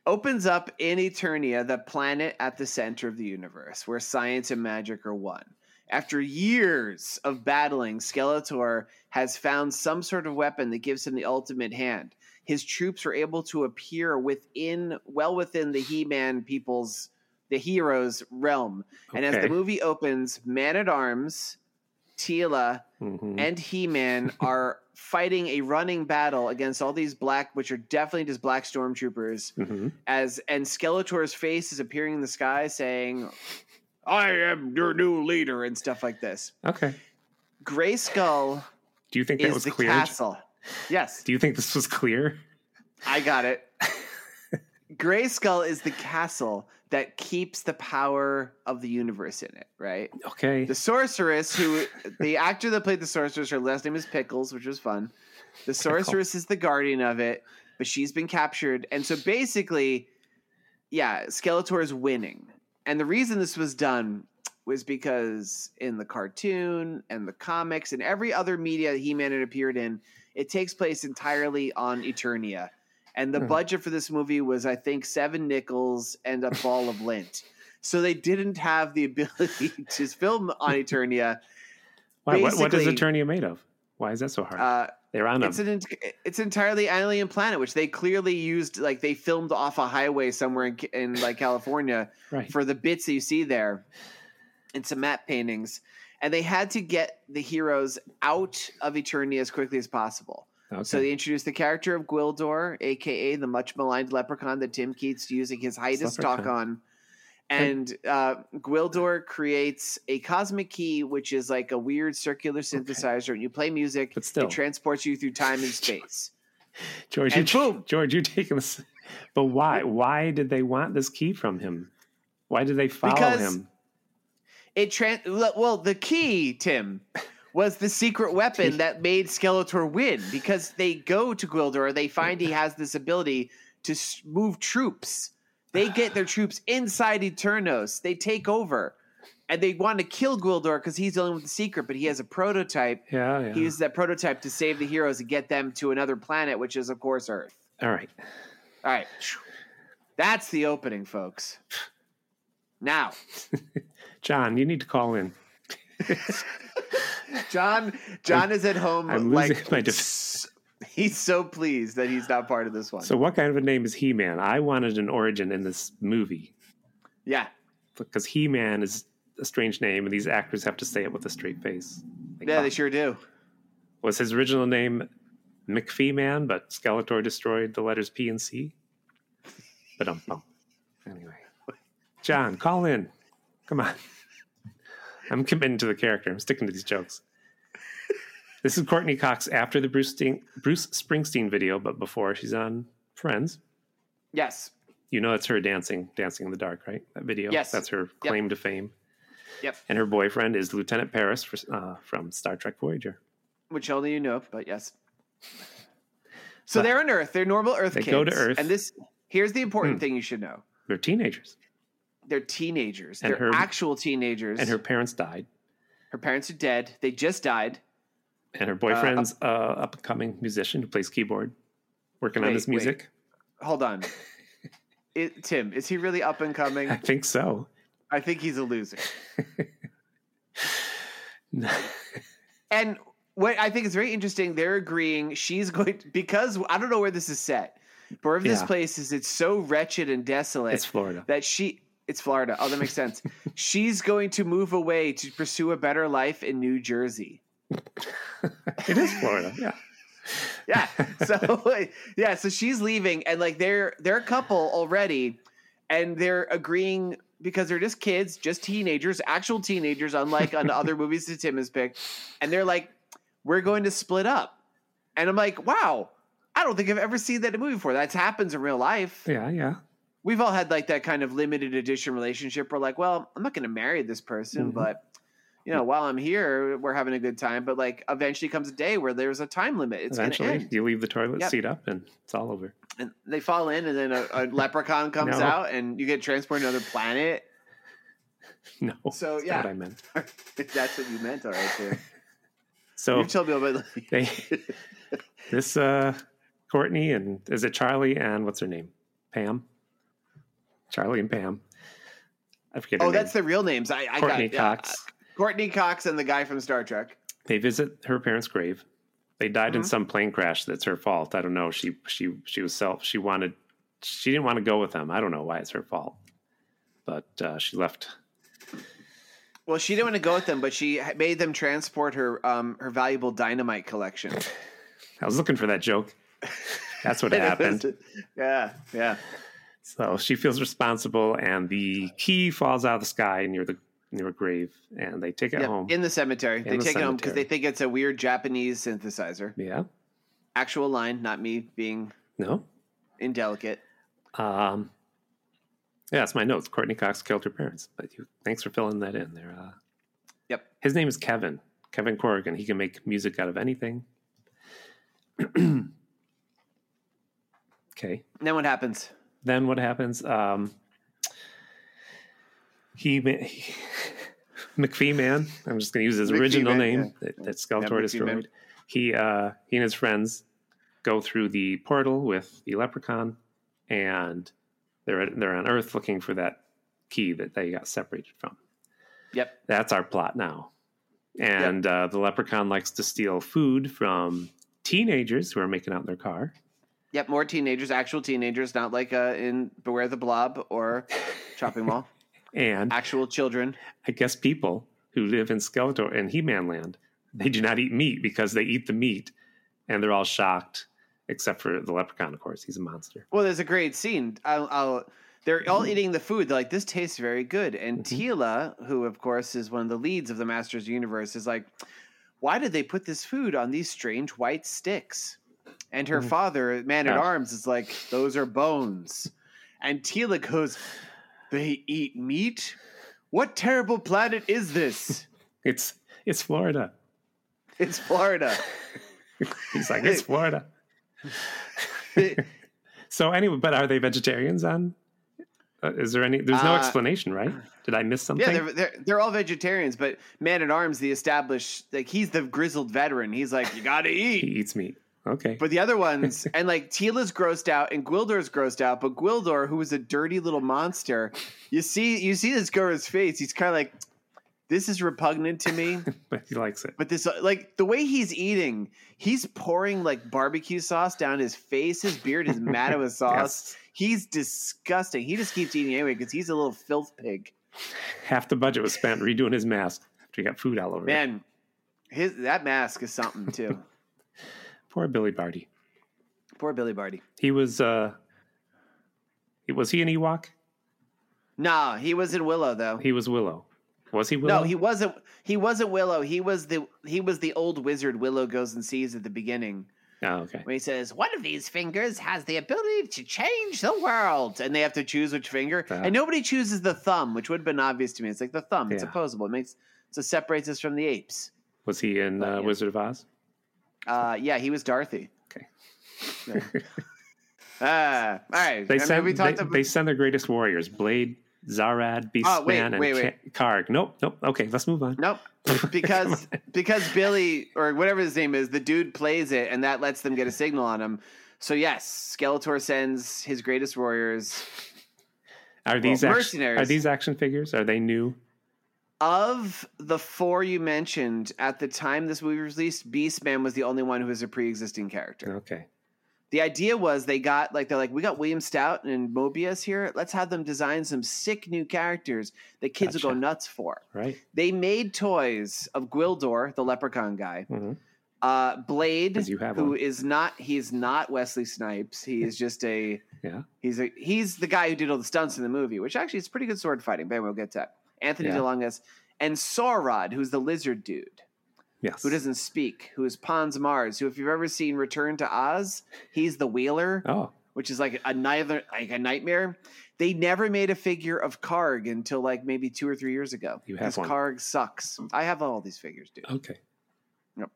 S2: Opens up in Eternia, the planet at the center of the universe, where science and magic are one. After years of battling, Skeletor has found some sort of weapon that gives him the ultimate hand. His troops were able to appear within, well within the He-Man people's, the heroes' realm, And as the movie opens, Man at Arms, Tila,
S1: Mhm.
S2: and He Man are fighting a running battle against all these black, which are definitely just black stormtroopers.
S1: Mhm.
S2: As and Skeletor's face is appearing in the sky, saying, I am your new leader and stuff like this.
S1: Okay.
S2: Gray Skull
S1: Do you think that
S2: is
S1: was
S2: the
S1: clear?
S2: castle. Yes,
S1: Do you think this was clear?
S2: I got it. Gray Skull is the castle that keeps the power of the universe in it, right?
S1: Okay.
S2: The sorceress, who the actor that played the sorceress, her last name is Pickles, which was fun. The sorceress is the guardian of it, but she's been captured, and so basically, yeah, Skeletor is winning. And the reason this was done was because in the cartoon and the comics and every other media He-Man had appeared in, it takes place entirely on Eternia. And the
S1: Hmm.
S2: budget for this movie was, I think, seven nickels and a ball of lint. So they didn't have the ability to film on Eternia.
S1: Why, what, what is
S2: basically-
S1: Eternia made of? Why is that so hard?
S2: Uh,
S1: They're on a
S2: it's an ent- it's entirely alien planet, which they clearly used. Like they filmed off a highway somewhere in, Ca- in like California
S1: right.
S2: for the bits that you see there, and some map paintings. And they had to get the heroes out of Eternia as quickly as possible.
S1: okay.
S2: So they introduced the character of Gwildor, aka the much maligned leprechaun that Tim Keats using his hiatus talk on. And uh, Gwildor creates a cosmic key, which is like a weird circular synthesizer. And you play music,
S1: But still.
S2: it transports you through time and space.
S1: George,
S2: and
S1: you,
S2: boom.
S1: George, you're taking this. But why? Why did they want this key from him? Why did they follow
S2: Because-
S1: him?
S2: It trans. Well, the key, Tim, was the secret weapon that made Skeletor win because they go to Gwildor, they find he has this ability to s- move troops. They get their troops inside Eternos. They take over, and they want to kill Gwildor because he's the only one with the secret. But he has a prototype.
S1: Yeah, yeah.
S2: He uses that prototype to save the heroes and get them to another planet, which is of course Earth.
S1: All right.
S2: All right, that's the opening, folks. Now.
S1: John, you need to call in.
S2: John John is at home
S1: I'm losing
S2: like
S1: my def-
S2: s- he's so pleased that he's not part of this one.
S1: So, what kind of a name is He Man? I wanted an origin in this movie
S2: yeah.
S1: because He Man is a strange name, and these actors have to say it with a straight face. Like,
S2: Yeah,
S1: wow.
S2: they sure do.
S1: was his original name McPhee Man, but Skeletor destroyed the letters P and C. But um, anyway, John, call in. Come on, I'm committing to the character. I'm sticking to these jokes. This is Courtney Cox after the Bruce, Sting- Bruce Springsteen video, but before she's on Friends.
S2: Yes.
S1: You know, it's her dancing, dancing in the dark, right? That video.
S2: Yes.
S1: that's her claim to fame.
S2: Yep.
S1: And her boyfriend is Lieutenant Paris for, uh, from Star Trek Voyager.
S2: Which only you know, but yes. So they're on Earth. They're normal Earth
S1: They
S2: kids.
S1: go to Earth.
S2: And this here's the important
S1: Hmm.
S2: thing you should know.
S1: They're teenagers,
S2: They're teenagers.
S1: And
S2: they're
S1: her-
S2: actual teenagers.
S1: and her parents died.
S2: her parents are dead. They just died.
S1: and her boyfriend's uh, up and coming musician who plays keyboard, working on
S2: Wait,
S1: his
S2: wait.
S1: music.
S2: Hold on. It, Tim, is he really up and
S1: I
S2: coming?
S1: think so.
S2: I think he's a loser.
S1: yeah,
S2: And what I think is very interesting, they're agreeing she's going to, because I don't know where this is set, but wherever this
S1: Yeah.
S2: place is, it's so wretched and desolate
S1: it's Florida.
S2: that she it's Florida. Oh, that makes sense. she's going to move away to pursue a better life in New Jersey.
S1: It is Florida. Yeah,
S2: Yeah. So yeah, so she's leaving and like they're they're a couple already and they're agreeing because they're just kids, just teenagers, actual teenagers, unlike on other movies that Tim has picked. And they're like, we're going to split up. And I'm like, wow, I don't think I've ever seen that in a movie before. That happens in real life.
S1: yeah, yeah.
S2: We've all had like that kind of limited edition relationship. We're like, well, I'm not going to marry this person,
S1: Mhm.
S2: but you know, while I'm here, we're having a good time. But like, eventually comes a day where there's a time limit. It's going to end
S1: Eventually, you leave the toilet
S2: Yep.
S1: seat up, and it's all over.
S2: and they fall in, and then a, a leprechaun comes
S1: No.
S2: out, and you get transported to another planet.
S1: No, that's
S2: So
S1: what
S2: yeah,
S1: I meant.
S2: that's what you meant, all right. Too.
S1: So
S2: You've told me about the
S1: they this uh Courtney and is it Charlie and what's her name? Pam. Charlie and Pam. I forget.
S2: oh,
S1: her
S2: that's
S1: name.
S2: the real names. I, I
S1: Courtney
S2: got,
S1: Cox.
S2: Courtney Cox, and the guy from Star Trek.
S1: they visit her parents' grave. They died in
S2: Mhm.
S1: some plane crash. That's her fault. I don't know. She she she was self. She wanted. She didn't want to go with them. I don't know why it's her fault, but uh, she left.
S2: Well, she didn't want to go with them, but she ha- made them transport her um her valuable dynamite collection.
S1: I was looking for that joke. That's what
S2: And it was-
S1: happened.
S2: Yeah, yeah.
S1: So she feels responsible, and the key falls out of the sky near the near a grave, and they take it
S2: Yep,
S1: home.
S2: in the cemetery. they
S1: the
S2: take it home because
S1: cemetery.
S2: they think it's a weird Japanese synthesizer.
S1: yeah,
S2: Actual line, not me being
S1: no.
S2: indelicate.
S1: Um, yeah, that's my notes. Courtney Cox killed her parents, but you, thanks for filling that in there. Uh,
S2: Yep.
S1: his name is Kevin. Kevin Corrigan. He can make music out of anything. okay.
S2: Then what happens?
S1: then what happens? Um, he, ma- he McPhee Man. I'm just going to use his
S2: McPhee
S1: original
S2: Man,
S1: name
S2: yeah.
S1: that, that Skeletor
S2: McPhee
S1: destroyed.
S2: Man.
S1: He uh, he and his friends go through the portal with the leprechaun, and they're they're on Earth looking for that key that they got separated from.
S2: Yep.
S1: That's our plot now. And uh, the leprechaun likes to steal food from teenagers who are making out in their car.
S2: Yep. More teenagers, actual teenagers, not like uh, in Beware the Blob or Chopping Mall.
S1: And
S2: actual children.
S1: I guess people who live in Skeletor and He-Man land, they do not eat meat because they eat the meat, and they're all shocked, except for the leprechaun, of course. He's a monster.
S2: Well, there's a great scene. I'll, I'll, they're all eating the food. They're like, this tastes very good. And Tila, who of course is one of the leads of the Masters of the Universe, is like, why did they put this food on these strange white sticks? And her father, man at
S1: Yeah.
S2: arms, is like, those are bones. And Tila goes, they eat meat? What terrible planet is this?
S1: It's it's Florida.
S2: It's Florida.
S1: He's like it's Florida. So anyway, but are they vegetarians? On uh, is there any? There's no
S2: Uh,
S1: explanation, right? Did I miss something?
S2: Yeah, they're, they're they're all vegetarians, but man at arms, the established like he's the grizzled veteran. He's like, you gotta
S1: he
S2: eat.
S1: eats meat. Okay.
S2: But the other ones, and like Tila's grossed out, and Gwildor's grossed out. But Gwildor, who is a dirty little monster, you see, you see this girl's face. He's kind of like, this is repugnant to me.
S1: but he likes it.
S2: But this, like, the way he's eating, he's pouring like barbecue sauce down his face. His beard is matted with sauce.
S1: Yes.
S2: He's disgusting. He just keeps eating anyway because he's a little filth pig.
S1: Half the budget was spent redoing his mask after he got food all over it.
S2: Man, his that mask is something too.
S1: Poor Billy Barty.
S2: Poor Billy Barty.
S1: He was uh was he an Ewok?
S2: Nah, he was in Willow though.
S1: He was Willow. Was he Willow?
S2: no, he wasn't. He wasn't Willow. He was the he was the old wizard Willow goes and sees at the beginning
S1: Oh, okay.
S2: when he says one of these fingers has the ability to change the world, and they have to choose which finger,
S1: Ah.
S2: and nobody chooses the thumb, which would have been obvious to me. It's like the thumb. It's
S1: Yeah.
S2: opposable. It makes so separates us from the apes.
S1: Was he in
S2: But,
S1: uh,
S2: yeah.
S1: Wizard of Oz?
S2: Uh, yeah, he was Dorothy.
S1: Okay.
S2: Uh, all right.
S1: They
S2: I mean,
S1: send
S2: we
S1: they,
S2: talked about-
S1: they send their greatest warriors: Blade, Zarad, Beastman,
S2: Oh, wait,
S1: and
S2: wait, wait.
S1: Ka- Karg. Nope, nope. Okay, let's move on.
S2: Nope. Because because Billy or whatever his name is, the dude plays it and that lets them get a signal on him. So yes, Skeletor sends his greatest warriors
S1: Are these
S2: Well,
S1: action,
S2: mercenaries.
S1: are these action figures? Are they new?
S2: of the four you mentioned at the time this movie was released. Beastman was the only one who was a pre-existing character.
S1: Okay,
S2: The idea was they got like they're like we got William Stout and Mobius here. Let's have them design some sick new characters that kids will
S1: Gotcha.
S2: go nuts for.
S1: right.
S2: They made toys of Gwildor, the leprechaun guy.
S1: Mhm.
S2: Uh, Blade, who
S1: 'Cause
S2: is
S1: you have one.
S2: not he's not Wesley Snipes. He is just a
S1: Yeah.
S2: He's a he's the guy who did all the stunts in the movie, which actually is pretty good sword fighting. But we'll get to that. Anthony
S1: Yeah.
S2: DeLongas and Saurod, who's the lizard dude
S1: Yes.
S2: who doesn't speak, who is Pons Mars. Who, if you've ever seen Return to Oz, he's the Wheeler,
S1: Oh,
S2: which is like a neither like a nightmare. They never made a figure of Karg until like maybe two or three years ago.
S1: You have
S2: because
S1: one.
S2: Karg sucks. I have all these figures, dude.
S1: okay.
S2: Yep.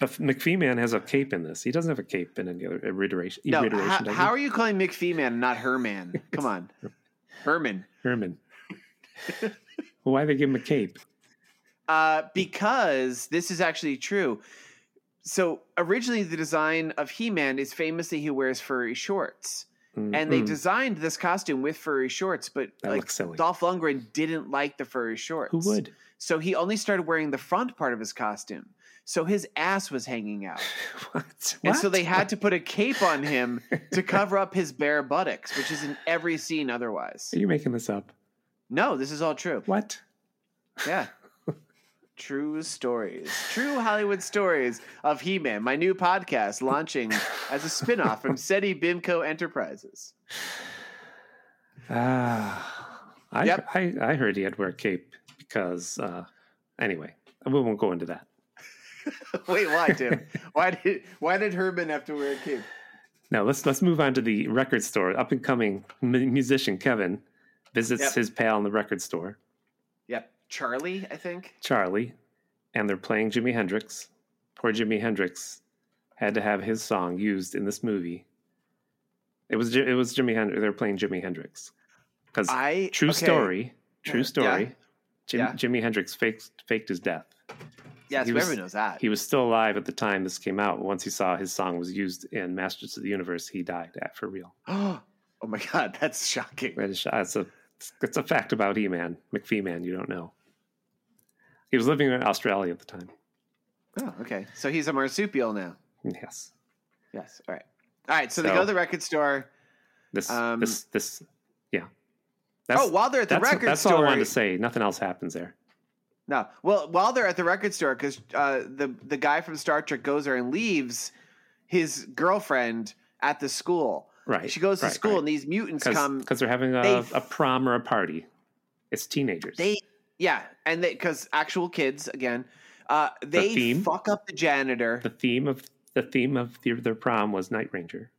S1: But McPhee Man has a cape in this. He doesn't have a cape in any other iteration.
S2: No,
S1: iteration
S2: how,
S1: does he?
S2: how are you calling McPhee man and not her man? Come on. Herman.
S1: Herman? Why they give him a cape?
S2: Uh, because this is actually true. So originally the design of He-Man is famously he wears furry shorts. And they
S1: Mhm.
S2: designed this costume with furry shorts, but
S1: That
S2: like
S1: looks silly.
S2: Dolph Lundgren didn't like the furry shorts.
S1: Who would?
S2: So he only started wearing the front part of his costume. So his ass was hanging out.
S1: What?
S2: And so they had to put a cape on him to cover up his bare buttocks, which is in every scene otherwise.
S1: Are you making this up?
S2: No, this is all true.
S1: What?
S2: Yeah. True stories. True Hollywood stories of He Man, my new podcast launching as a spinoff from SETI Bimco Enterprises.
S1: Ah, I,
S2: Yep.
S1: I I heard he had to wear a cape because uh, anyway, we won't go into that.
S2: Wait, why, Tim? why did why did Herman have to wear a cape?
S1: Now let's let's move on to the record store. Up and coming mu- musician Kevin visits
S2: Yep.
S1: his pal in the record store,
S2: Yep, Charlie, I think.
S1: Charlie, and they're playing Jimi Hendrix. Poor Jimi Hendrix had to have his song used in this movie. It was Ji- it was Jimi Hendrix. They're playing Jimi Hendrix because
S2: I
S1: true
S2: okay,
S1: story,
S2: Yeah.
S1: true story. Jim,
S2: Yeah.
S1: Jimi Hendrix faked faked his death.
S2: Yes,
S1: He was-
S2: whoever knows that.
S1: He was still alive at the time this came out. Once he saw his song was used in Masters of the Universe, he died at for real.
S2: oh my god, that's shocking.
S1: That is- That's a it's a fact about E Man McPhee Man. You don't know. He was living in Australia at the time.
S2: Oh, okay. So he's a marsupial now.
S1: Yes,
S2: Yes. All right. All right. So, they
S1: So-
S2: go to the record store.
S1: this
S2: Um,
S1: this this yeah. That's,
S2: oh, while they're at the
S1: that's,
S2: record
S1: that's
S2: store,
S1: all I wanted to say. Nothing else happens there.
S2: No. Well, while they're at the record store, because uh, the the guy from Star Trek goes there and leaves his girlfriend at the school.
S1: Right.
S2: she goes to
S1: right,
S2: school,
S1: right.
S2: and these mutants
S1: because
S2: come.
S1: because they're having
S2: they
S1: a,
S2: f-
S1: a prom or a party. It's teenagers.
S2: They yeah, and they because actual kids again. Uh, they
S1: theme?
S2: fuck up the janitor.
S1: the theme of the theme of their, their prom was Night Ranger.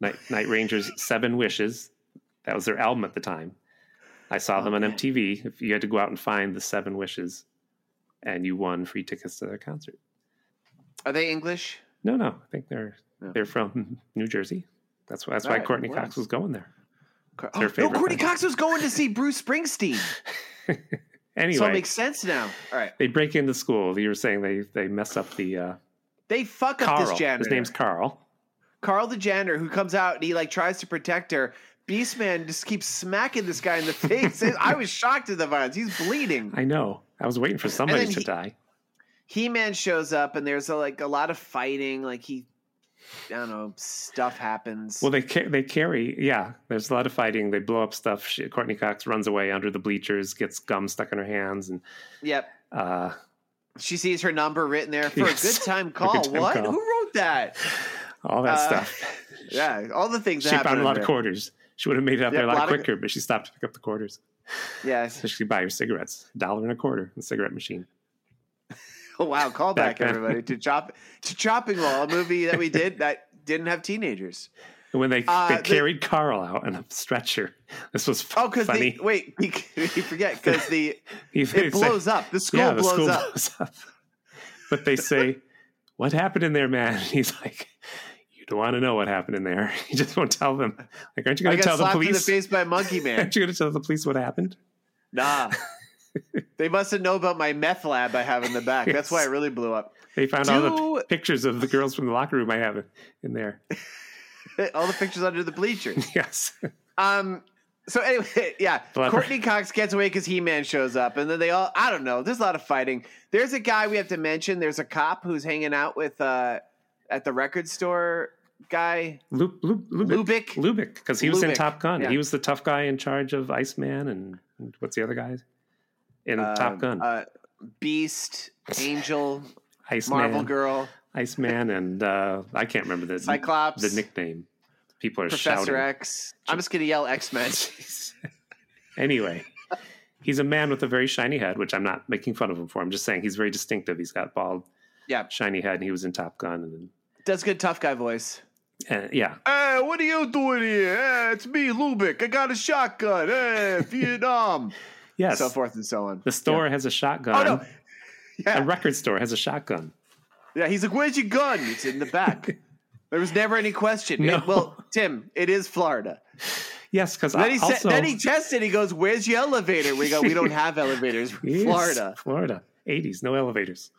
S1: Night Night Ranger's Seven Wishes. That was their album at the time. I saw them on
S2: Okay.
S1: MTV. If you had to go out and find the Seven Wishes, and you won free tickets to their concert.
S2: Are they English?
S1: No, no, I think they're
S2: No.
S1: they're from New Jersey. That's why that's
S2: All
S1: why
S2: right,
S1: Courtney
S2: well.
S1: Cox was going there.
S2: Cor-
S1: their
S2: Oh, no,
S1: favorite
S2: Courtney
S1: band.
S2: Cox was going to see Bruce Springsteen, so it
S1: Anyway,
S2: makes sense now. All right,
S1: they break into school. You were saying they they mess up the uh,
S2: they fuck up
S1: Carl.
S2: this janitor.
S1: His name's Carl.
S2: Carl the janitor who comes out and he like tries to protect her. Beastman just keeps smacking this guy in the face. I was shocked at the violence. He's bleeding.
S1: I know. I was waiting for somebody
S2: then
S1: to
S2: he-
S1: die.
S2: He Man shows up and there's a, like a lot of fighting. Like he, I don't know, stuff happens.
S1: Well, they ca- they carry. Yeah, there's a lot of fighting. They blow up stuff. She, Courtney Cox runs away under the bleachers, gets gum stuck in her hands, and
S2: yep.
S1: uh,
S2: She sees her number written there for
S1: Yes.
S2: a good time call.
S1: time
S2: what?
S1: call.
S2: Who wrote that?
S1: all that
S2: Uh,
S1: stuff.
S2: Yeah, all the things.
S1: She
S2: that
S1: found
S2: happen
S1: a lot of
S2: in there.
S1: quarters. She would have made it up
S2: Yeah,
S1: there a lot,
S2: lot of-
S1: quicker, but she stopped to pick up the quarters.
S2: Yes.
S1: So she could buy her cigarettes, dollar and a quarter, the cigarette machine.
S2: Oh, wow, call
S1: Back
S2: back,
S1: then.
S2: everybody to chop to chopping wall, a movie that we did that didn't have teenagers.
S1: And when they,
S2: Uh,
S1: they
S2: the-
S1: carried Carl out on a stretcher, this was
S2: Oh, because
S1: funny.
S2: the wait, you forget because the
S1: He- they say-
S2: it blows up. The school
S1: yeah, the
S2: blows
S1: school
S2: up.
S1: blows up. But they say, "What happened in there, man?" And he's like, "You don't want to know what happened in there. You just won't tell them. Like, aren't you
S2: I
S1: going to
S2: got
S1: tell the
S2: slapped in the
S1: police?
S2: face by Monkey Man.
S1: aren't you going to tell the police what happened?"
S2: nah, they mustn't know about my meth lab I have in the back. That's why
S1: Yes.
S2: it really blew up.
S1: They found all the
S2: Do-
S1: p- pictures of the girls from the locker room I have in there.
S2: All the pictures under the bleachers.
S1: Yes,
S2: Um. So anyway, yeah,
S1: Clever.
S2: Courtney Cox gets away because He Man shows up, and then they all I don't know. There's a lot of fighting. There's a guy we have to mention. There's a cop who's hanging out with uh at the record store guy
S1: Lub Lub Lubick,
S2: Lubick.
S1: Lubick, because he was in
S2: Lubick,
S1: Top Gun.
S2: yeah.
S1: He was the tough guy in charge of Iceman and what's the other guy in Top
S2: um,
S1: Gun?
S2: Uh, Beast, Angel,
S1: Iceman,
S2: Marvel Girl,
S1: Iceman, and uh, I can't remember the
S2: Cyclops,
S1: the nickname. People are
S2: Professor
S1: shouting.
S2: X. I'm just gonna yell X Men.
S1: anyway, he's a man with a very shiny head, which I'm not making fun of him for. I'm just saying he's very distinctive. He's got bald,
S2: Yeah.
S1: shiny head, and he was in Top Gun,
S2: Does good tough guy voice.
S1: and, and yeah,
S2: Hey, what are you doing here? Hey, it's me, Lubick. I got a shotgun. Hey, Vietnam.
S1: yes.
S2: So forth and so on.
S1: the store has a shotgun.
S2: Oh no. Yeah.
S1: A record store has a shotgun.
S2: Yeah, he's like, "Where's your gun?" It's in the back. there was never any question.
S1: No.
S2: It- well, Tim, it is Florida.
S1: Yes, because
S2: Then he
S1: also
S2: said, then he tested. He goes, "Where's your elevator?" We go, "We don't have elevators, We're
S1: Yes,
S2: Florida."
S1: Florida, eighties, no elevators.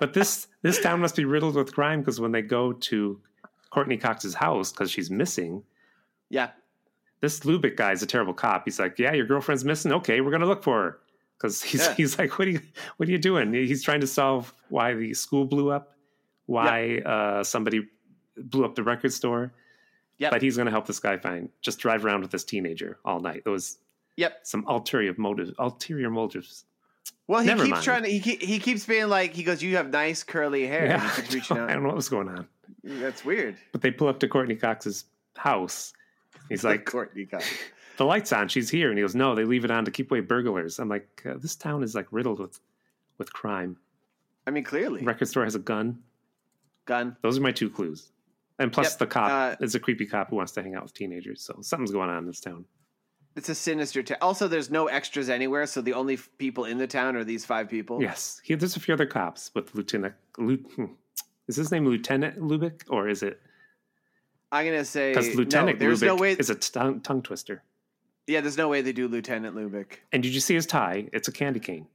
S1: But this this town must be riddled with crime because when they go to Courtney Cox's house because she's missing,
S2: Yeah,
S1: this Lubick guy is a terrible cop. He's like, yeah, your girlfriend's missing. Okay, we're gonna look for her because he's
S2: Yeah.
S1: he's like, what are you what are you doing? He's trying to solve why the school blew up, why uh, somebody blew up the record store.
S2: Yep.
S1: but he's gonna help this guy find just drive around with this teenager all night. There was
S2: yep.
S1: some ulterior motives, ulterior motives.
S2: Well, he
S1: Never
S2: keeps
S1: mind.
S2: trying to. He, ke- he keeps being like, he goes, "You have nice curly hair."
S1: Yeah,
S2: And he
S1: I
S2: keeps reaching
S1: don't, I
S2: out. Mm,
S1: don't know what was going on,
S2: That's weird.
S1: but they pull up to Courtney Cox's house. He's like,
S2: Courtney Cox.
S1: the lights on. She's here." And he goes, "No, they leave it on to keep away burglars." I'm like, uh, "This town is like riddled with with crime.
S2: I mean, clearly,
S1: Record store has a gun.
S2: gun.
S1: Those are my two clues. And plus,
S2: Yep,
S1: the cop
S2: uh,
S1: is a creepy cop who wants to hang out with teenagers. So something's going on in this town.
S2: It's a sinister town. also, there's no extras anywhere, so the only f- people in the town are these five people.
S1: Yes, he, there's a few other cops with Lieutenant. Lieu- hmm. is his name Lieutenant Lubick or is it
S2: I'm gonna say
S1: because
S2: Eh, no,
S1: Lieutenant
S2: there's
S1: Lubick
S2: no way.
S1: is a tongue, tongue twister?
S2: yeah, there's no way they do Lieutenant Lubick.
S1: And did you see his tie? It's a candy cane.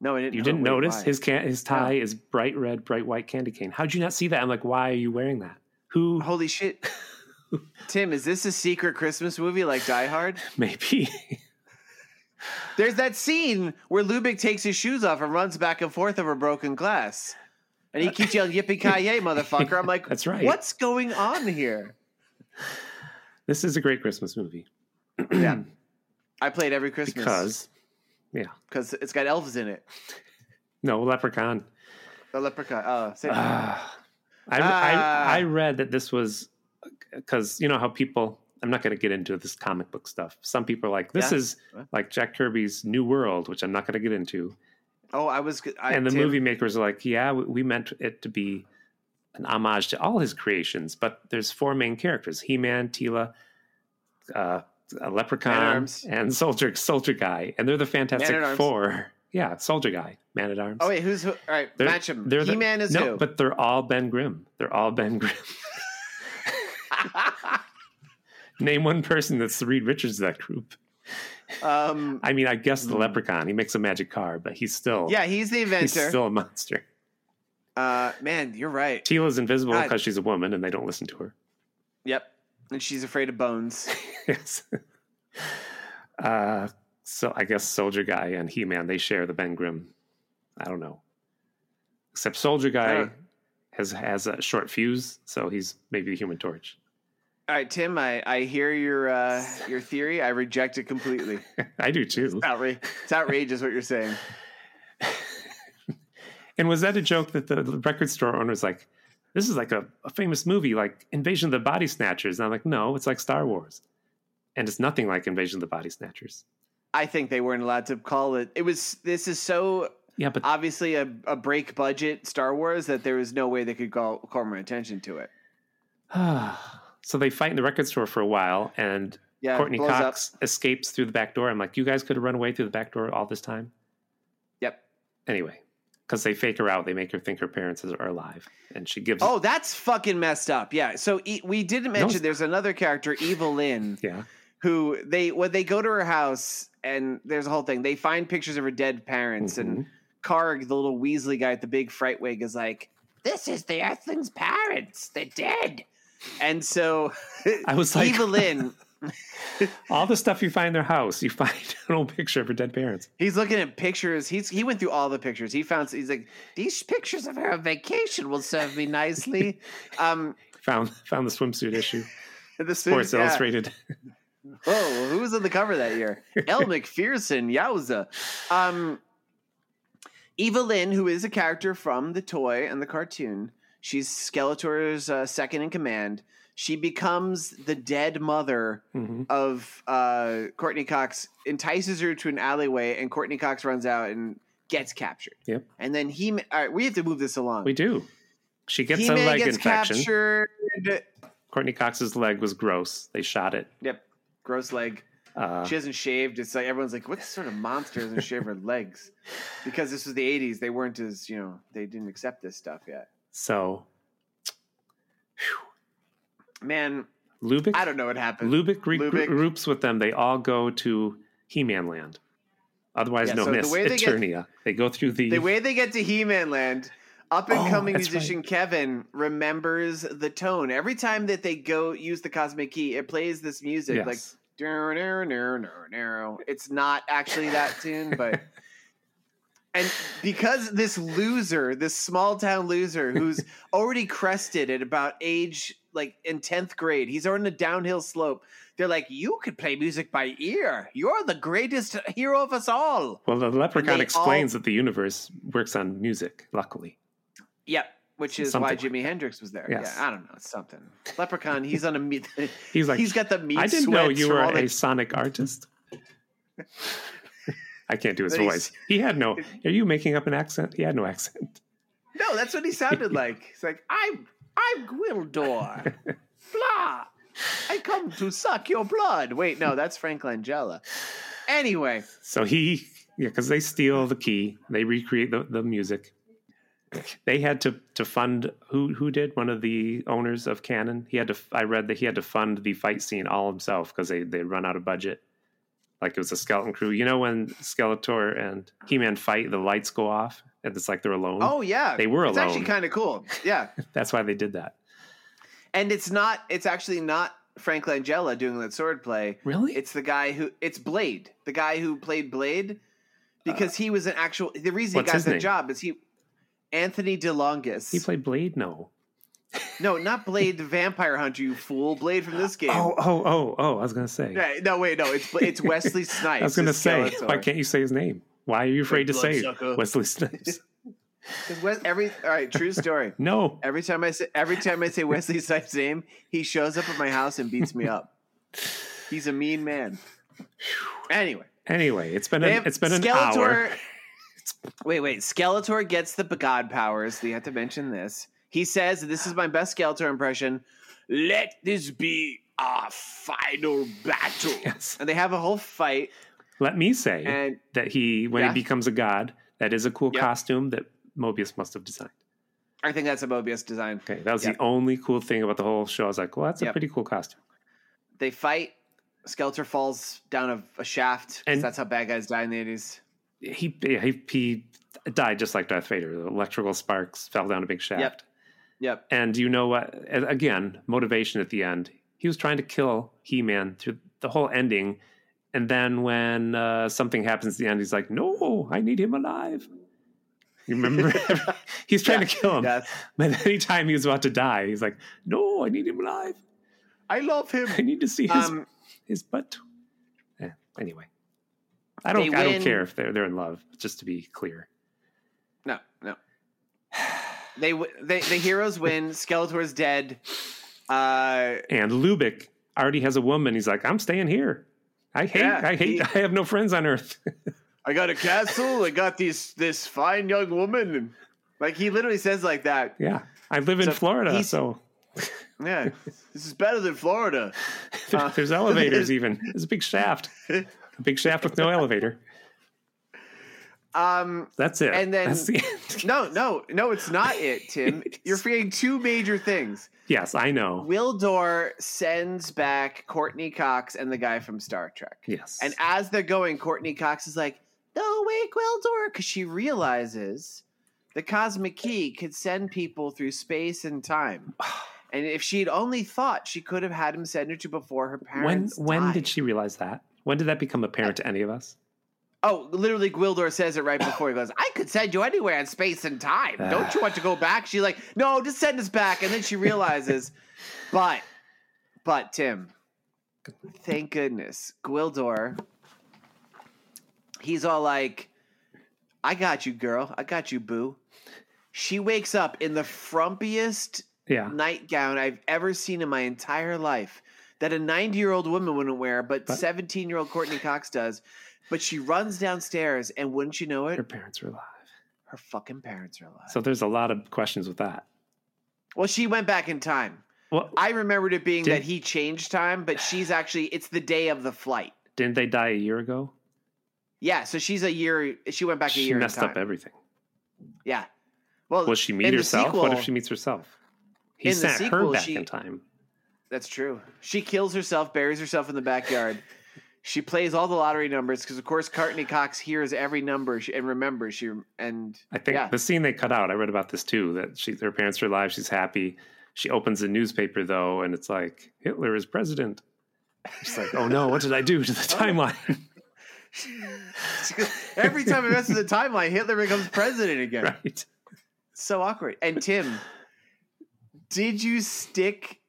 S2: No, I didn't.
S1: You
S2: know.
S1: didn't
S2: Wait,
S1: notice
S2: why?
S1: his can- his tie is bright red, bright white candy cane. How'd you not see that? I'm like, why are you wearing that? Who
S2: Holy shit. Tim, is this a secret Christmas movie like Die Hard?
S1: maybe?
S2: There's that scene where Lubick takes his shoes off and runs back and forth over broken glass. And he keeps yelling, Yippee ki yay, motherfucker. I'm like,
S1: That's right.
S2: What's going on here?
S1: this is a great Christmas movie
S2: yeah. I play it every Christmas
S1: because
S2: because it's got elves in it.
S1: no leprechaun.
S2: The leprechaun. Oh, say-
S1: Ah. I,
S2: Ah.
S1: I I read that this was because you know how people. I'm not going to get into this comic book stuff. Some people are like, this
S2: Yeah.
S1: is like Jack Kirby's New World, which I'm not going to get into.
S2: oh, I was. I,
S1: and the
S2: Tim,
S1: movie makers are like, yeah, we, we meant it to be an homage to all his creations, but there's four main characters: He-Man, Tila, uh, a Leprechaun,
S2: Man-at-Arms.
S1: and Soldier Soldier Guy, and they're the Fantastic
S2: Man-at-Arms.
S1: Four. Yeah, Soldier Guy, Man at Arms.
S2: Oh, wait, who's who? All right,
S1: They're-
S2: match him.
S1: they're the-
S2: He Man is
S1: no,
S2: who?
S1: but they're all Ben Grimm. They're all Ben Grimm. Name one person that's the Reed Richards of that group.
S2: um,
S1: I mean, I guess the Leprechaun. He makes a magic car, but he's still
S2: yeah, he's the
S1: he's
S2: inventor.
S1: still a monster.
S2: uh, man, you're right.
S1: Tila's invisible
S2: God.
S1: because she's a woman and they don't listen to her.
S2: Yep. And she's afraid of bones.
S1: yes. Uh, so I guess Soldier Guy and He Man they share the Ben Grimm. I don't know. Except Soldier Guy
S2: Yeah.
S1: has has a short fuse, so he's maybe the Human Torch.
S2: All right, Tim, I, I hear your uh, your theory. I reject it completely.
S1: I do too.
S2: Outra- it's outrageous what you're saying.
S1: And was that a joke that the record store owner was like, "This is like a, a famous movie, like Invasion of the Body Snatchers"? And I'm like, "No, it's like Star Wars." And it's nothing like Invasion of the Body Snatchers.
S2: I think they weren't allowed to call it. It was this is so
S1: Yeah, but
S2: obviously a, a break budget Star Wars that there was no way they could call call more attention to it.
S1: so they fight in the record store for a while, and
S2: Yeah,
S1: Courtney
S2: blows up.
S1: Cox escapes through the back door. I'm like, you guys could have run away through the back door all this time.
S2: Yep.
S1: Anyway, because they fake her out, they make her think her parents is- are alive, and she gives.
S2: Oh, that's fucking messed up. Yeah. So e- we didn't mention
S1: it's-
S2: there's another character, Evil Lynn,
S1: yeah,
S2: who they when they go to her house and there's a whole thing. They find pictures of her dead parents and
S1: Mhm.
S2: Karg, the little Weasley guy with the big fright wig, is like, "This is the Earthling's parents. They're dead." And so,
S1: I was like-
S2: Evelyn.
S1: all the stuff you find in their house, you find an old picture of her dead parents.
S2: He's looking at pictures. He's he went through all the pictures. He found. He's like, "These pictures of her on vacation will serve me nicely." Um,
S1: Found found the swimsuit issue.
S2: the
S1: Sports
S2: yeah.
S1: Illustrated.
S2: Whoa, who was on the cover that year? El McPherson, yowza. Um, Eva Lynn, who is a character from the toy and the cartoon, she's Skeletor's uh, second in command. She becomes the dead mother
S1: hmm
S2: of uh, Courtney Cox, entices her to an alleyway, and Courtney Cox runs out and gets captured.
S1: Yep.
S2: And then he, all right, we have to move this along.
S1: We do. She gets
S2: He
S1: a
S2: man
S1: leg
S2: gets
S1: infection.
S2: captured.
S1: Courtney Cox's leg was gross. They shot it.
S2: Yep, gross leg.
S1: Uh,
S2: she hasn't shaved. It's like everyone's like, what sort of monster doesn't shave her legs? Because this was the '80s, they weren't as you know, they didn't accept this stuff yet.
S1: so
S2: Man,
S1: Lubick,
S2: I don't know what happened.
S1: Lubick
S2: Lubick-
S1: regroups with them. They all go to He-Man Land, otherwise
S2: Yeah, so
S1: known
S2: the
S1: as
S2: way they get-
S1: Eternia. They go through the,
S2: the way they get to He-Man Land, up and
S1: Oh,
S2: coming
S1: that's
S2: musician Kevin remembers the tone every time that they go use the cosmic key. It plays this music
S1: yes.
S2: like "Dur, dur, dur, dur, dur." It's not actually that tune, but and because this loser, this small town loser who's already crested at about age like in 10th grade, he's on a downhill slope. They're like, You could play music by ear. You're the greatest hero of us all.
S1: well, the leprechaun
S2: they
S1: explains that the universe works on music. Luckily,
S2: Yep. which is
S1: Something
S2: why
S1: like
S2: Jimi Hendrix was there.
S1: Yes.
S2: Yeah, I don't know. It's something. Leprechaun, he's on a meat.
S1: He's like,
S2: he's got the meat.
S1: I didn't know
S2: sweats
S1: you
S2: from
S1: were
S2: all the-
S1: a sonic artist. I can't do his
S2: But he's-
S1: voice. He had no. Are you making up an accent? He had no accent.
S2: No, that's what he sounded like. He's like, I'm I'm Gwildor. Blah. I come to suck your blood. Wait, no, that's Frank Langella. Anyway,
S1: So he, yeah, because they steal the key, they recreate the, the music. They had to to fund who who did one of the owners of Canon. He had to. I read that he had to fund the fight scene all himself because they they run out of budget. Like it was a skeleton crew. You know when Skeletor and He Man fight, the lights go off, and it's like they're alone.
S2: oh yeah,
S1: They were
S2: It's actually
S1: alone.
S2: kind of cool. Yeah,
S1: that's why they did that.
S2: and it's not. It's actually not Frank Langella doing that sword play.
S1: Really?
S2: It's the guy who. It's Blade, the guy who played Blade, because he was an actual. The reason he
S1: what's
S2: got
S1: his
S2: that
S1: name?
S2: job is he. Anthony DeLongis.
S1: he played Blade. No.
S2: no, not Blade the Vampire Hunter, you fool. Blade from this game.
S1: Oh, oh, oh, oh! I was gonna say.
S2: Yeah, no, wait, no, it's it's Wesley Snipes.
S1: I was gonna
S2: It's
S1: say.
S2: Skeletor.
S1: Why can't you say his name? Why are you afraid to say
S2: bloodsucker.
S1: Wesley Snipes?
S2: 'Cause Wes, every all right, true story.
S1: No.
S2: Every time I say every time I say Wesley Snipes' name, he shows up at my house and beats me up. He's a mean man. Anyway,
S1: Anyway, it's been an,
S2: They-
S1: it's been an hour.
S2: Wait, wait. Skeletor gets the god powers. They have to mention this. He says, "This is my best Skeletor impression." Let this be our final battle.
S1: Yes.
S2: And they have a whole fight,
S1: Let me say
S2: and
S1: that he when
S2: Yeah.
S1: he becomes a god, that is a cool
S2: Yep.
S1: costume that Mobius must have designed.
S2: I think that's a Mobius design.
S1: Okay, that was
S2: Yep.
S1: the only cool thing about the whole show. I was like, well, that's a
S2: Yep.
S1: pretty cool costume.
S2: They fight. Skeletor falls down a, a shaft 'cause
S1: And-
S2: that's how bad guys die in the eighties.
S1: He he, he died just like Darth Vader. The electrical sparks fell down a big shaft.
S2: Yep.
S1: And you know what? And Again, motivation at the end. He was trying to kill He Man through the whole ending. And then when uh, something happens at the end, he's like, no, I need him alive. You remember? he's trying to kill him.
S2: Yes.
S1: But anytime he was about to die, he's like, no, I need him alive.
S2: I love him.
S1: I need to see his,
S2: Um,
S1: his butt. Eh, anyway, I don't,
S2: They
S1: I
S2: win.
S1: don't care if they're, they're in love, just to be clear.
S2: no, no. They, w- they the heroes win. Skeletor's dead. Uh,
S1: And Lubick already has a woman. He's like, I'm staying here. I hate,
S2: Yeah,
S1: I hate,
S2: he-
S1: I have no friends on earth.
S2: I got a castle. I got these this fine young woman. Like he literally says like that.
S1: Yeah, I live in
S2: So
S1: Florida,
S2: he's-
S1: so
S2: Yeah, this is better than Florida. Uh,
S1: there's elevators. even there's a big shaft, a big shaft with no elevator.
S2: Um,
S1: That's it.
S2: And then-
S1: That's the end.
S2: no, no, no. It's not it, Tim. You're forgetting two major things.
S1: yes, I know.
S2: Wildor sends back Courtney Cox and the guy from Star Trek.
S1: Yes,
S2: And as they're going, Courtney Cox is like, No, wait, Gwildor, because she realizes the cosmic key could send people through space and time. And if she'd only thought, she could have had him send her to before her
S1: when
S2: parents.
S1: when did
S2: died.
S1: she realize that? When did that become apparent to any of us?
S2: Oh, literally, Gwildor says it right before he goes, I could send you anywhere in space and time. Don't you want to go back? She's like, No, just send us back. And then she realizes, But, but, Tim, thank goodness, Gwildor, he's all like, I got you, girl. I got you, boo. She wakes up in the frumpiest
S1: Yeah,
S2: nightgown I've ever seen in my entire life that a 90 year old woman wouldn't wear, but
S1: But-
S2: 17 year old Courtney Cox does. But she runs downstairs, and wouldn't you know
S1: her
S2: it?
S1: parents were alive.
S2: Her fucking parents are alive.
S1: So there's a lot of questions with that.
S2: well, she went back in time.
S1: Well,
S2: I remembered it being
S1: Did-
S2: that he changed time, but she's actually, it's the day of the flight.
S1: didn't they die a year ago?
S2: Yeah, so she's a year, she went back a
S1: she
S2: year. in
S1: messed up
S2: time.
S1: everything.
S2: Yeah. Well,
S1: Will she
S2: in
S1: meet
S2: the
S1: herself? what if
S2: sequel-
S1: she meets herself? He
S2: in the
S1: sent her
S2: sequel,
S1: back
S2: she-
S1: in time.
S2: That's true. She kills herself, buries herself in the backyard. she plays all the lottery numbers because, of course, Courtney Cox hears every number she, and remembers. She and
S1: I think
S2: Yeah.
S1: the scene they cut out. I read about this too. That she, her parents are alive. She's happy. She opens the newspaper though, and it's like Hitler is president. She's like, "Oh no, what did I do to the
S2: Oh,
S1: timeline?"
S2: every time it messes the timeline, Hitler becomes president again.
S1: right?
S2: So awkward. And Tim, did you stick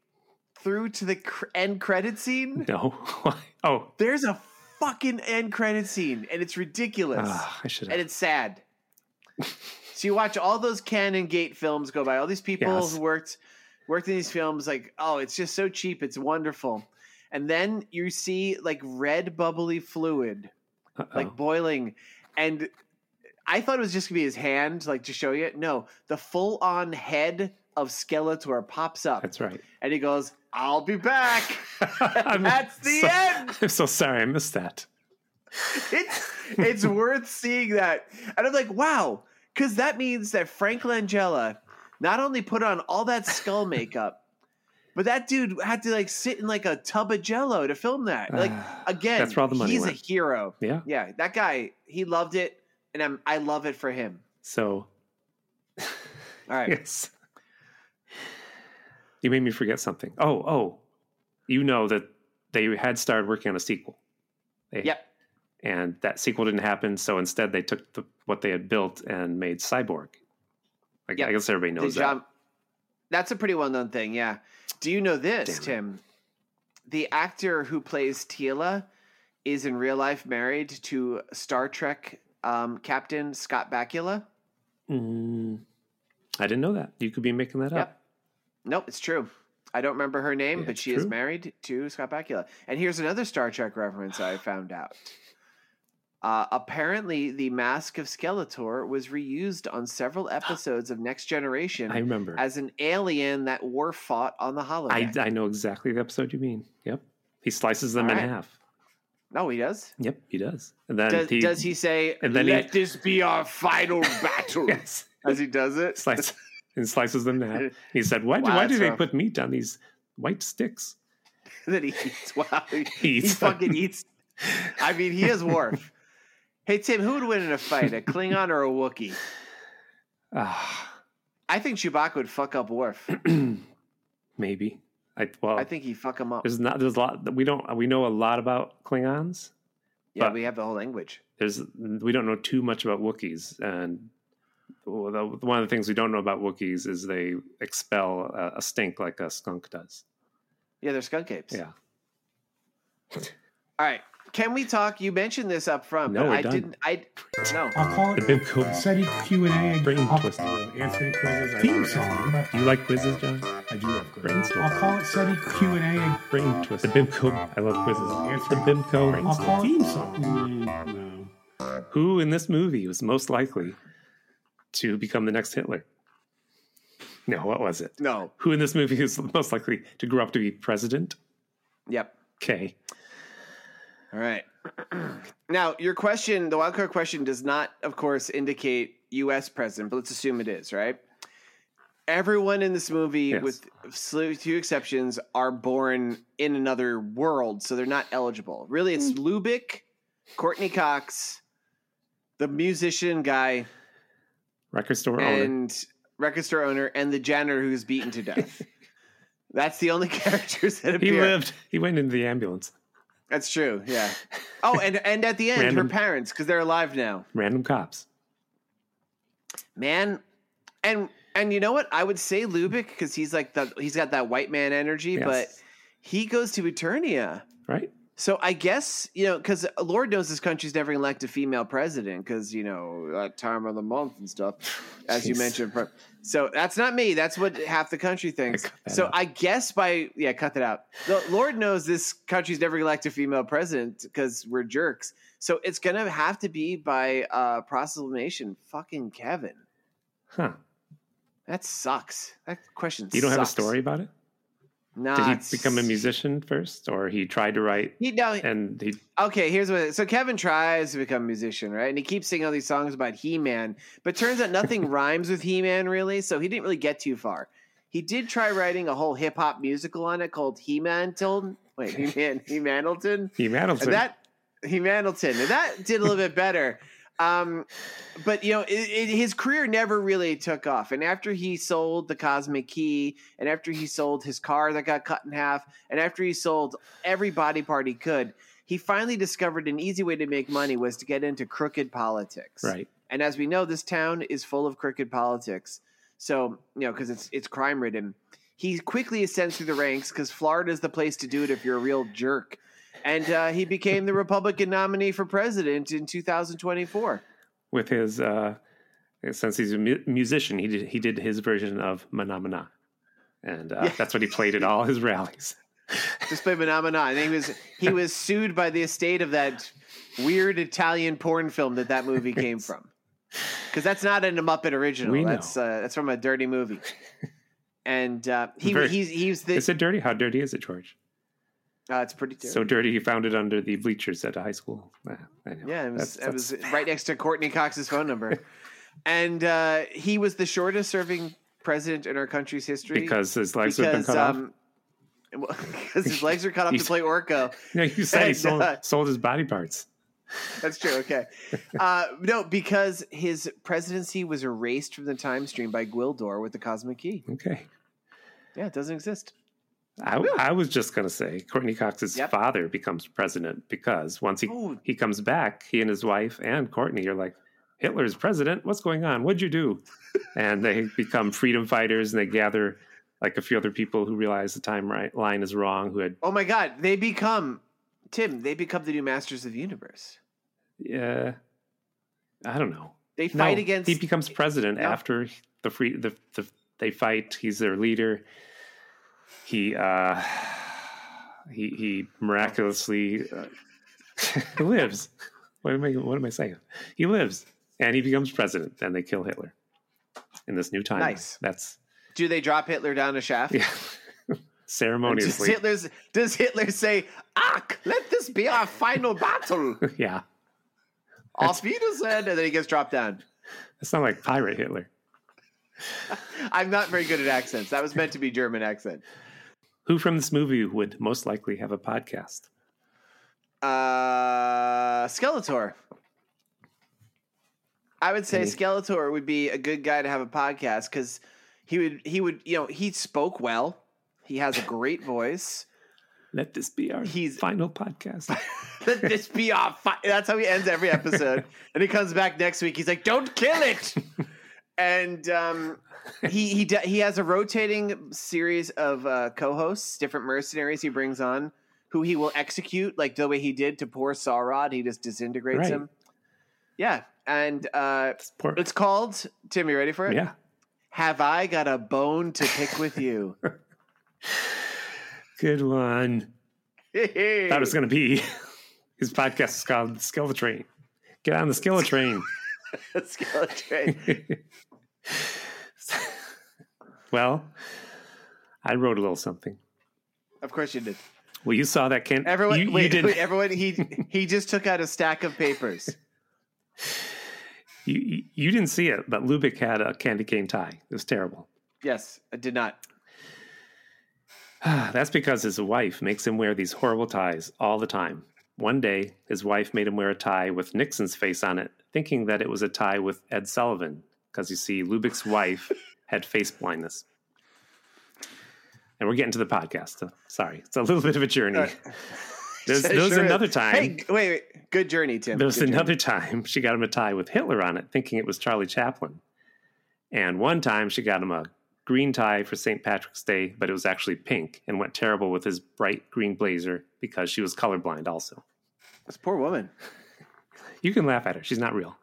S2: through to the cr- end credit scene?
S1: No. oh,
S2: There's a fucking end credit scene, and it's ridiculous
S1: ah, I should
S2: and
S1: have.
S2: it's sad. So you watch all those Cannon Gate films go by. All these people
S1: Yes.
S2: who worked worked in these films, like, oh, it's just so cheap. It's wonderful. And then you see like red bubbly fluid,
S1: Uh-oh.
S2: like boiling, and I thought it was just gonna be his hand, like to show you. it. No, the full on head of Skeletor pops up,
S1: That's right.
S2: and he goes, "I'll be back."
S1: I'm
S2: That's the
S1: so-
S2: end.
S1: I'm so sorry I missed that.
S2: it's it's worth seeing that. And I'm like, wow, because that means that Frank Langella not only put on all that skull makeup, but that dude had to like sit in like a tub of jello to film that. Like
S1: Ah,
S2: again,
S1: that's where all the money
S2: he's a
S1: went.
S2: hero.
S1: Yeah.
S2: Yeah, that guy, he loved it, and I'm I love it for him.
S1: So
S2: All right.
S1: yes. You made me forget something. Oh, oh. You know that they had started working on a sequel. They,
S2: Yep.
S1: And that sequel didn't happen, so instead they took the, what they had built and made Cyborg. Like,
S2: Yep.
S1: I guess everybody
S2: The
S1: knows that.
S2: John- that's a pretty well known thing, yeah. Do you know this,
S1: Damn it.
S2: Tim? The actor who plays Tila is in real life married to Star Trek um, Captain Scott Bakula.
S1: Mm, I didn't know that. You could be making that up.
S2: Nope, it's true. I don't remember her name, but
S1: It's
S2: she is
S1: true.
S2: married to Scott Bakula. And here's another Star Trek reference I found out. Uh, apparently, the mask of Skeletor was reused on several episodes of Next Generation
S1: I remember.
S2: as an alien that war fought on the holodeck.
S1: I, I know exactly the episode you mean. Yep. He slices them
S2: All
S1: in
S2: right.
S1: half.
S2: No, he does.
S1: Yep, he does. And then
S2: Does,
S1: he
S2: does he say,
S1: and then he-
S2: "Let this be our final battle"?
S1: yes,
S2: As he does it,
S1: slice and slices them in half. He said, "Why? do
S2: Wow,
S1: why do
S2: that's
S1: they
S2: rough.
S1: put meat on these white sticks?"
S2: that he eats. Wow, he,
S1: He eats them.
S2: fucking eats. I mean, he is Worf. hey Tim, who would win in a fight, a Klingon or a Wookiee?
S1: Ah,
S2: I think Chewbacca would fuck up Worf.
S1: maybe. I well,
S2: I think he fuck him up.
S1: there's not there's a lot that we don't we know a lot about Klingons.
S2: Yeah,
S1: but-
S2: we have the whole language.
S1: There's we don't know too much about Wookiees, and well, the- one of the things we don't know about Wookiees is they expel a, a stink like a skunk does.
S2: Yeah, they're skunk apes.
S1: Yeah.
S2: All right. Can we talk? You mentioned this up front,
S1: No,
S2: but
S1: we're
S2: I
S1: done.
S2: didn't. I no.
S4: I'll call
S1: The
S4: it
S1: Bimco
S4: SETI Q&A.
S1: Brain
S4: I'll-
S1: twist.
S4: Answering quizzes. I
S1: Theme
S4: love
S1: song.
S4: it.
S1: Do you like quizzes, John?
S4: I do love
S1: Brain
S4: quizzes.
S1: twist.
S4: I'll call it SETI Q&A.
S1: Brain twist. The Bimco. I love quizzes.
S4: Answer.
S1: The Bimco. brain
S4: I'll call it
S1: twist.
S4: theme song. Mm, no.
S1: Who in this movie was most likely to become the next Hitler? No, what was it?
S2: No.
S1: Who in this movie is most likely to grow up to be president?
S2: Yep.
S1: Okay.
S2: All right. now, your question, the wildcard question, does not, of course, indicate U.S. president, but let's assume it is, right? Everyone in this movie,
S1: Yes.
S2: with sl- few exceptions, are born in another world, so they're not eligible. Really, it's Lubick, Courtney Cox, the musician guy,
S1: Record store owner.
S2: and record store owner, and the janitor who's beaten to death. That's the only characters that
S1: He
S2: appear.
S1: lived. He went into the ambulance.
S2: That's true. Yeah. Oh, and and at the end,
S1: Random.
S2: her parents, because they're alive now.
S1: Random cops.
S2: man and and you know what i would say lubick because he's like the he's got that white man energy
S1: Yes.
S2: but he goes to eternia
S1: Right?
S2: so i guess you know because lord knows this country's never gonna elect a female president because you know that time of the month and stuff as you
S1: Jeez.
S2: mentioned pre- so that's not me that's what half the country thinks
S1: cut that
S2: so
S1: out.
S2: i guess by yeah cut that out the lord knows this country's never gonna elect a female president because we're jerks so it's gonna have to be by uh proclamation fucking kevin
S1: Huh.
S2: that sucks. That question.
S1: You don't have a
S2: sucks.
S1: story about it?
S2: Nah,
S1: Did he
S2: it's-
S1: become a musician first? Or he tried to write
S2: He no.
S1: and he
S2: Okay, here's what. So Kevin tries to become a musician, right? And he keeps singing all these songs about He-Man, but turns out nothing rhymes with He-Man really. So he didn't really get too far. He did try writing a whole hip hop musical on it called He-Man Tilton. Wait, He-Man, He-Mandelton.
S1: he
S2: And
S1: Mandelson.
S2: that he Mandelton. And that did a little bit better. Um, but you know, it, it, his career never really took off. And after he sold the Cosmic Key, and after he sold his car that got cut in half, and after he sold every body part he could, he finally discovered an easy way to make money was to get into crooked politics.
S1: right.
S2: And as we know, this town is full of crooked politics. So, you know, because it's it's crime ridden. He quickly ascends through the ranks because Florida is the place to do it if you're a real jerk. And uh, he became the Republican nominee for president in 2024.
S1: With his uh since he's a mu- musician, he did he did his version of Manamana, and uh,
S2: Yeah.
S1: that's what he played at all his rallies.
S2: Just by Manamana. And he was he was sued by the estate of that weird Italian porn film that that movie came from. Because that's not a Muppet original.
S1: We know.
S2: that's uh, that's from a dirty movie. And uh, he
S1: Very-
S2: he's he's the
S1: Is it dirty? How dirty is it, George?
S2: uh, it's pretty dirty.
S1: So dirty, he found it under the bleachers at a high school. Ah, I know.
S2: Yeah, it was,
S1: That's-
S2: it was right next to Courtney Cox's phone number. and uh, he was the shortest serving president in our country's history.
S1: because his legs have been
S2: because,
S1: cut off.
S2: um, well, because his legs are cut off to
S1: He's-
S2: play Orco.
S1: No, you said he
S2: and,
S1: sold,
S2: uh,
S1: sold his body parts.
S2: That's true. Okay. Uh, no, because his presidency was erased from the time stream by Gwildor with the cosmic key.
S1: Okay.
S2: Yeah, it doesn't exist.
S1: I, I was just going to say Courtney Cox's
S2: Yep.
S1: father becomes president because once he,
S2: Oh.
S1: he comes back, he and his wife and Courtney are like, Hitler's president? What's going on? What'd you do? and they become freedom fighters and they gather like a few other people who realize the timeline is wrong, who had,
S2: Oh my God, they become Tim. They become the new masters of the universe.
S1: yeah, I don't know.
S2: They fight
S1: No,
S2: against.
S1: He becomes president
S2: No.
S1: after the free the, the they fight. He's their leader. He uh he he miraculously uh, lives. What am I what am I saying? He lives and he becomes president and they kill Hitler in this new time.
S2: Nice.
S1: That's
S2: do they drop Hitler down a shaft?
S1: yeah.
S2: Does
S1: Ceremoniously.
S2: Hitler's does Hitler say, "Ach, let this be our final battle"?
S1: yeah.
S2: Off Wiedersehen, and then he gets dropped down.
S1: That's not like pirate Hitler.
S2: I'm not very good at accents. That was meant to be German accent.
S1: Who from this movie would most likely have a podcast?
S2: Uh, Skeletor. I would say
S1: Any-
S2: Skeletor would be a good guy to have a podcast because he would he would you know he spoke well. He has a great voice.
S1: Let this be our
S2: He's-
S1: final podcast.
S2: Let this be our fi- That's how he ends every episode. And he comes back next week. He's like, "Don't kill it." and um, he he d- he has a rotating series of uh, co-hosts, different mercenaries he brings on, who he will execute like the way he did to poor Sawrod. He just disintegrates
S1: Right.
S2: him. Yeah, and uh,
S1: Poor-
S2: it's called Tim. You ready for it?
S1: yeah.
S2: Have I got a bone to pick with you?
S1: Good one. That was going to be his podcast is called The Skeleton Train. Get on the Skeleton
S2: Skeletor.
S1: Train. well, I wrote a little something.
S2: Of course you did.
S1: Well, you saw that, Ken.
S2: Everyone,
S1: you, you
S2: wait,
S1: did.
S2: wait, everyone. He he just took out a stack of papers.
S1: You, you didn't see it, but Lubick had a candy cane tie. It was terrible.
S2: yes, I did not.
S1: That's because his wife makes him wear these horrible ties all the time. One day, his wife made him wear a tie with Nixon's face on it, thinking that it was a tie with Ed Sullivan, because you see, Lubick's wife had face blindness. And we're getting to the podcast. Uh, Sorry, it's a little bit of a journey. There's,
S2: It
S1: there was
S2: Uh, sure is.
S1: another time.
S2: Hey, wait, wait. Good journey, Tim.
S1: There was
S2: Good journey.
S1: another time she got him a tie with Hitler on it, thinking it was Charlie Chaplin. And one time she got him a green tie for St. Patrick's Day, but it was actually pink and went terrible with his bright green blazer because she was colorblind, also.
S2: This poor woman.
S1: You can laugh at her, she's not real.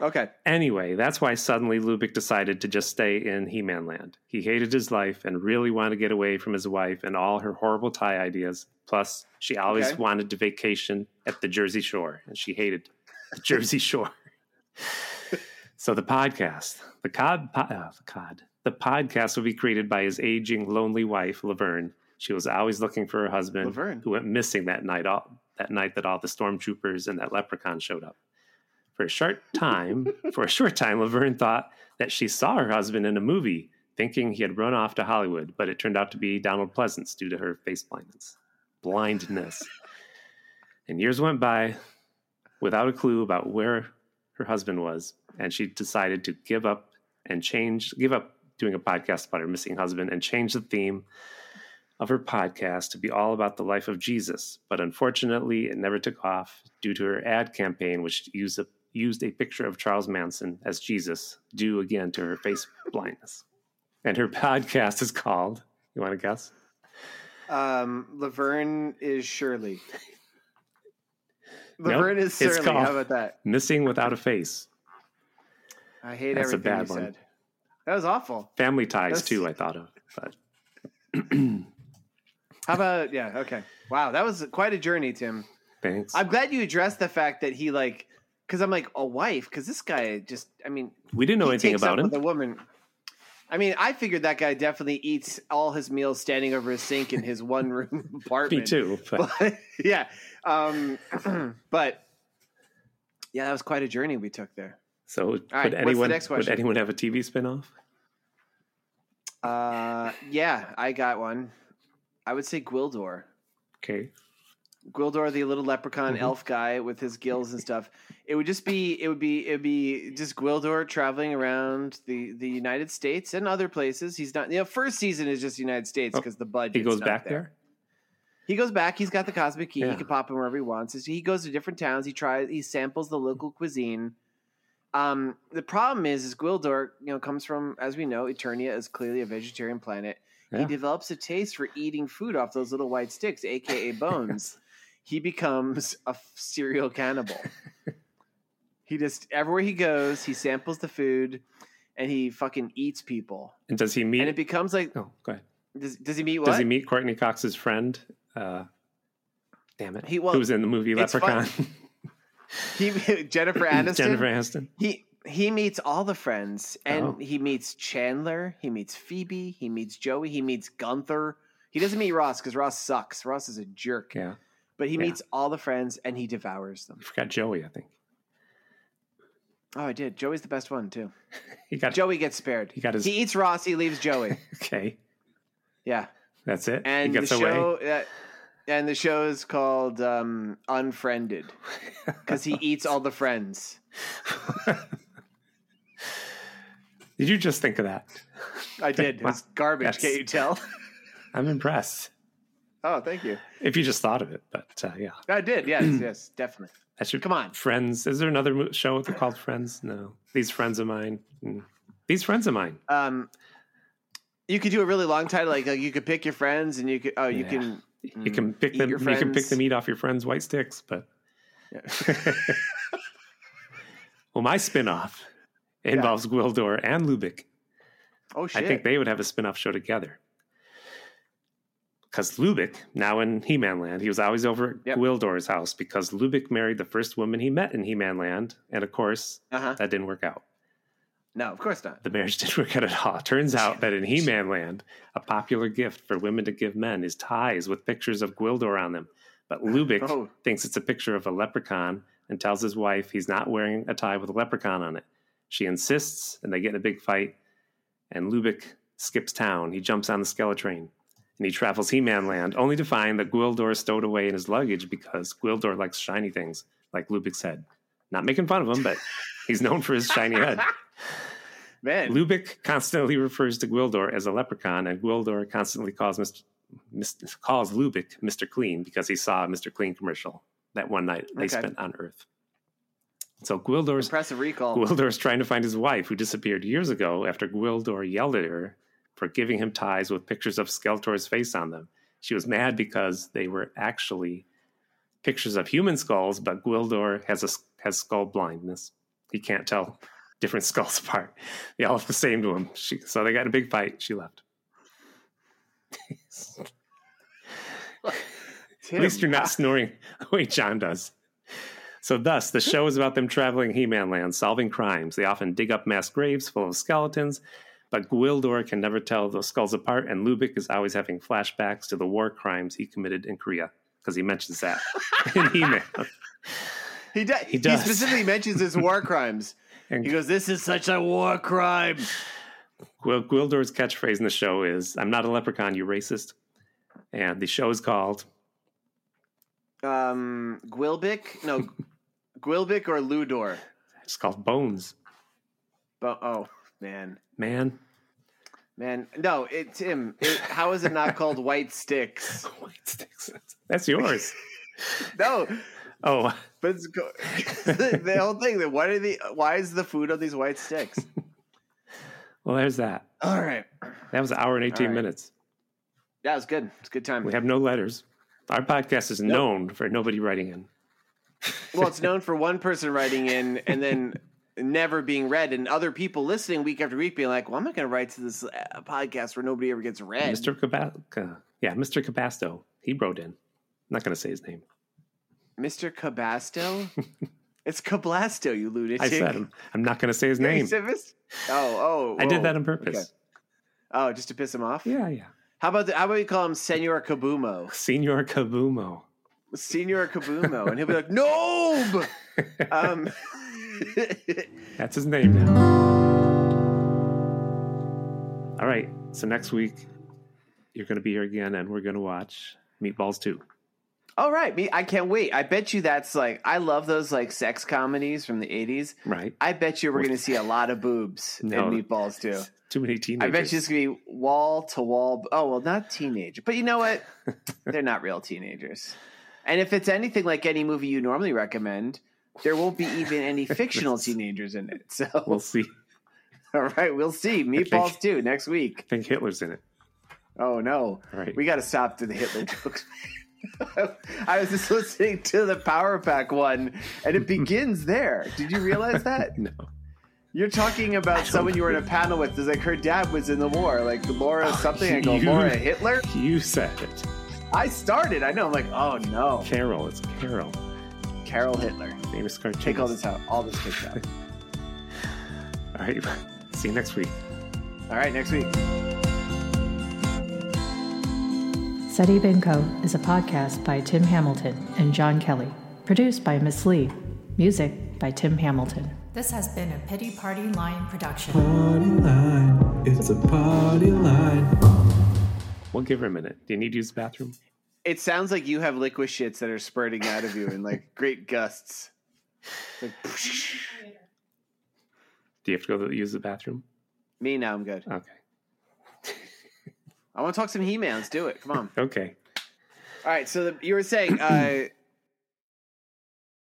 S2: Okay.
S1: Anyway, that's why suddenly Lubick decided to just stay in He Man Land. He hated his life and really wanted to get away from his wife and all her horrible tie ideas. Plus, she always
S2: Okay.
S1: wanted to vacation at the Jersey Shore, and she hated the Jersey Shore. so the podcast, the cod, po- uh, the cod, the podcast will be created by his aging, lonely wife Laverne. She was always looking for her husband,
S2: Laverne.
S1: who went missing that night. All that night that all the stormtroopers and that leprechaun showed up. For a short time, for a short time, Laverne thought that she saw her husband in a movie, thinking he had run off to Hollywood, but it turned out to be Donald Pleasance due to her face blindness. Blindness. and years went by without a clue about where her husband was, and she decided to give up and change, give up doing a podcast about her missing husband and change the theme of her podcast to be all about the life of Jesus, but unfortunately, it never took off due to her ad campaign, which used a, used a picture of Charles Manson as Jesus, due again to her face blindness. And her podcast is called, you want to guess?
S2: Um, Laverne is Shirley.
S1: Nope,
S2: Laverne is
S1: it's
S2: Shirley.
S1: called-
S2: How about that?
S1: Missing Without a Face.
S2: I hate
S1: That's a
S2: everything
S1: bad
S2: you
S1: one.
S2: said. That was awful.
S1: Family ties
S2: That's-
S1: too. I thought of, but
S2: How about yeah? Okay. Wow, that was quite a journey, Tim.
S1: thanks.
S2: I'm glad you addressed the fact that he like, because I'm like a wife, because this guy just, I mean,
S1: we didn't know
S2: he
S1: anything
S2: takes
S1: about
S2: up
S1: him.
S2: With a woman. I mean, I figured that guy definitely eats all his meals standing over his sink in his one room apartment.
S1: Me too. But
S2: But, yeah. Um, but yeah, that was quite a journey we took there.
S1: so would
S2: right, what's the
S1: anyone
S2: next
S1: would
S2: question?
S1: anyone have a TV spinoff?
S2: Uh, yeah, I got one. I would say Gwildor.
S1: Okay.
S2: Gwildor, the little leprechaun
S1: Mhm.
S2: elf guy with his gills and stuff. It would just be, it would be, it would be just Gwildor traveling around the the United States and other places. He's not. You know, first season is just United States because the budget.
S1: Oh, He goes back there.
S2: He goes back. He's got the cosmic key.
S1: Yeah.
S2: He can pop in wherever he wants. He goes to different towns. He tries. He samples the local cuisine. Um, the problem is, is Gwildor, you know, comes from as we know, Eternia is clearly a vegetarian planet. He
S1: Yeah.
S2: develops a taste for eating food off those little white sticks, aka bones. he becomes a f- serial cannibal. he just everywhere he goes, he samples the food, and he fucking eats people.
S1: And does he
S2: And it
S1: meet?
S2: becomes like,
S1: oh, go ahead.
S2: does, does he meet what?
S1: Does he meet Courtney Cox's friend? Uh, damn it.
S2: He- well,
S1: who was in the movie
S2: it's fun-
S1: Leprechaun?
S2: He- Jennifer Aniston.
S1: Jennifer Aniston.
S2: He he meets all the friends, and
S1: Oh.
S2: he meets Chandler, he meets Phoebe, he meets Joey, he meets Gunther. He doesn't meet Ross because Ross sucks. Ross is a jerk.
S1: Yeah.
S2: But he
S1: Yeah.
S2: meets all the friends and he devours them.
S1: You forgot Joey, I think.
S2: Oh, I did. Joey's the best one too.
S1: He got
S2: Joey gets spared.
S1: He got his-
S2: He eats Ross. He leaves Joey.
S1: okay.
S2: yeah,
S1: That's it.
S2: and
S1: he
S2: the
S1: gets away.
S2: show. Uh, and the show is called um, Unfriended because he eats all the friends.
S1: Did you just think of that?
S2: I did. It was garbage.
S1: That's-
S2: Can't you tell?
S1: I'm impressed.
S2: oh, thank you.
S1: If you just thought of it, but uh, yeah,
S2: I did. Yes, yes, definitely.
S1: that should
S2: Come on.
S1: Friends. Is there another mo- show called Friends? No. These friends of mine. Mm. These friends of mine.
S2: um you could do a really long title like, like you could pick your friends and you could oh you
S1: Yeah.
S2: can
S1: You can pick
S2: Mm, Eat
S1: them.
S2: your
S1: You can pick
S2: friends.
S1: the meat off your friends' white sticks. But well, my spinoff involves Gwildor and Lubick.
S2: oh shit
S1: I think they would have a spin-off show together. Because Lubick, now in He-Man Land, he was always over at
S2: Yep.
S1: Gwildor's house because Lubick married the first woman he met in He-Man Land, and of course
S2: uh-huh
S1: that didn't work out.
S2: no of course not
S1: The marriage didn't work out at all. Turns out that in He-Man Land, a popular gift for women to give men is ties with pictures of Gwildor on them. But Lubick
S2: Oh.
S1: thinks it's a picture of a leprechaun and tells his wife he's not wearing a tie with a leprechaun on it. She insists, and they get in a big fight. And Lubick skips town. He jumps on the skeletrain and he travels He-Man Land, only to find that Gwildor stowed away in his luggage because Gwildor likes shiny things, like Lubick's head. Not making fun of him, but he's known for his shiny head.
S2: man
S1: Lubick constantly refers to Gwildor as a leprechaun, and Gwildor constantly calls Mr. Mr. calls Lubick Mr. Clean because he saw a Mr. Clean commercial that one night they
S2: Okay.
S1: spent on Earth. So Gwildor's
S2: impressive recall
S1: Gwildor's trying to find his wife, who disappeared years ago after Gwildor yelled at her for giving him ties with pictures of Skeletor's face on them. She was mad because they were actually pictures of human skulls, but Gwildor has a has skull blindness. He can't tell different skulls apart. They all look the same to him. She, so they got in a big fight. She left.
S2: Tim,
S1: At least you're not snoring the way John does. So, thus, the show is about them traveling He Man land, solving crimes. They often dig up mass graves full of skeletons, but Gwildor can never tell those skulls apart, and Lubick is always having flashbacks to the war crimes he committed in Korea because he mentions that in He Man.
S2: he, does. he
S1: does.
S2: specifically mentions his war crimes
S1: And-
S2: he goes this is such a war crime
S1: Gwil- Gwildor's catchphrase in the show is I'm not a leprechaun, you racist. And the show is called
S2: um Gwilbic no Gwilbic or Ludor
S1: it's called Bones.
S2: but oh man
S1: Man,
S2: man no it Tim it, how is it not called white sticks
S1: white sticks. That's yours.
S2: no
S1: Oh,
S2: But it's go- the whole thing. That why do the why is the food on these white sticks?
S1: well, there's that.
S2: All right,
S1: That was an hour and 18
S2: All right.
S1: minutes.
S2: that was good. It's a good time.
S1: We have no letters. Our podcast is known for nobody writing in.
S2: well, it's known for one person writing in, and then never being read, and other people listening week after week being like, "Well, I'm not going to write to this uh, podcast where nobody ever gets read."
S1: Mr. Cabasto. Yeah, Mr. Cabasto. He wrote in. I'm not going to say his name.
S2: Mr. Cabasto. it's Cablasto, you lunatic.
S1: I said I'm, I'm not going to say his name.
S2: You said Mis- Oh, oh!
S1: I did
S2: whoa.
S1: that on purpose.
S2: Oh, just to piss him off.
S1: Yeah, yeah.
S2: How about the, how about you call him Senor Kabumo?
S1: Senor Kabumo.
S2: Senor Kabumo, and he'll be like, "Nope." um,
S1: That's his name now. All right. So next week, you're going to be here again, and we're going to watch Meatballs 2.
S2: all right, me. I can't wait. I bet you that's like I love those like sex comedies from the '80s.
S1: Right?
S2: I bet you we're going to see a lot of boobs
S1: No.
S2: and meatballs too.
S1: Too many
S2: I
S1: teenagers.
S2: bet you it's going to be wall to wall. Oh well, not teenage, but you know what? They're not real teenagers. And if it's anything like any movie you normally recommend, there won't be even any fictional teenagers in it. So,
S1: We'll see.
S2: all right, we'll see. Meatballs too next week.
S1: I think Hitler's in it.
S2: Oh no.
S1: All right.
S2: We got to stop to the Hitler jokes. I was just listening to the Power Pack one, and it begins there. Did you realize that?
S1: no.
S2: You're talking about someone you were in a panel with. It's like her dad was in the war, like Laura
S1: Oh,
S2: something. I go,
S1: you-
S2: Laura Hitler?
S1: You said it.
S2: I started. I know. I'm like, oh no.
S1: Carol. It's Carol.
S2: Carol Hitler.
S1: Name is Carl
S2: Take all this out. All this takes out.
S1: All right. See you next week.
S2: All right, next week.
S3: SETI Binko is a podcast by Tim Hamilton and John Kelly, produced by Miss Lee, music by Tim Hamilton. This has been a Pity Party Line production.
S5: party line. It's a party line.
S1: We'll give her a minute. Do you need to use the bathroom?
S2: It sounds like you have liquid shits that are spurting out of you in like great gusts. Like,
S1: Do you have to go to use the bathroom?
S2: me now, I'm good.
S1: Okay.
S2: I want to talk some He-Mans. Do it. Come on.
S1: Okay.
S2: All right. So the, you were saying uh,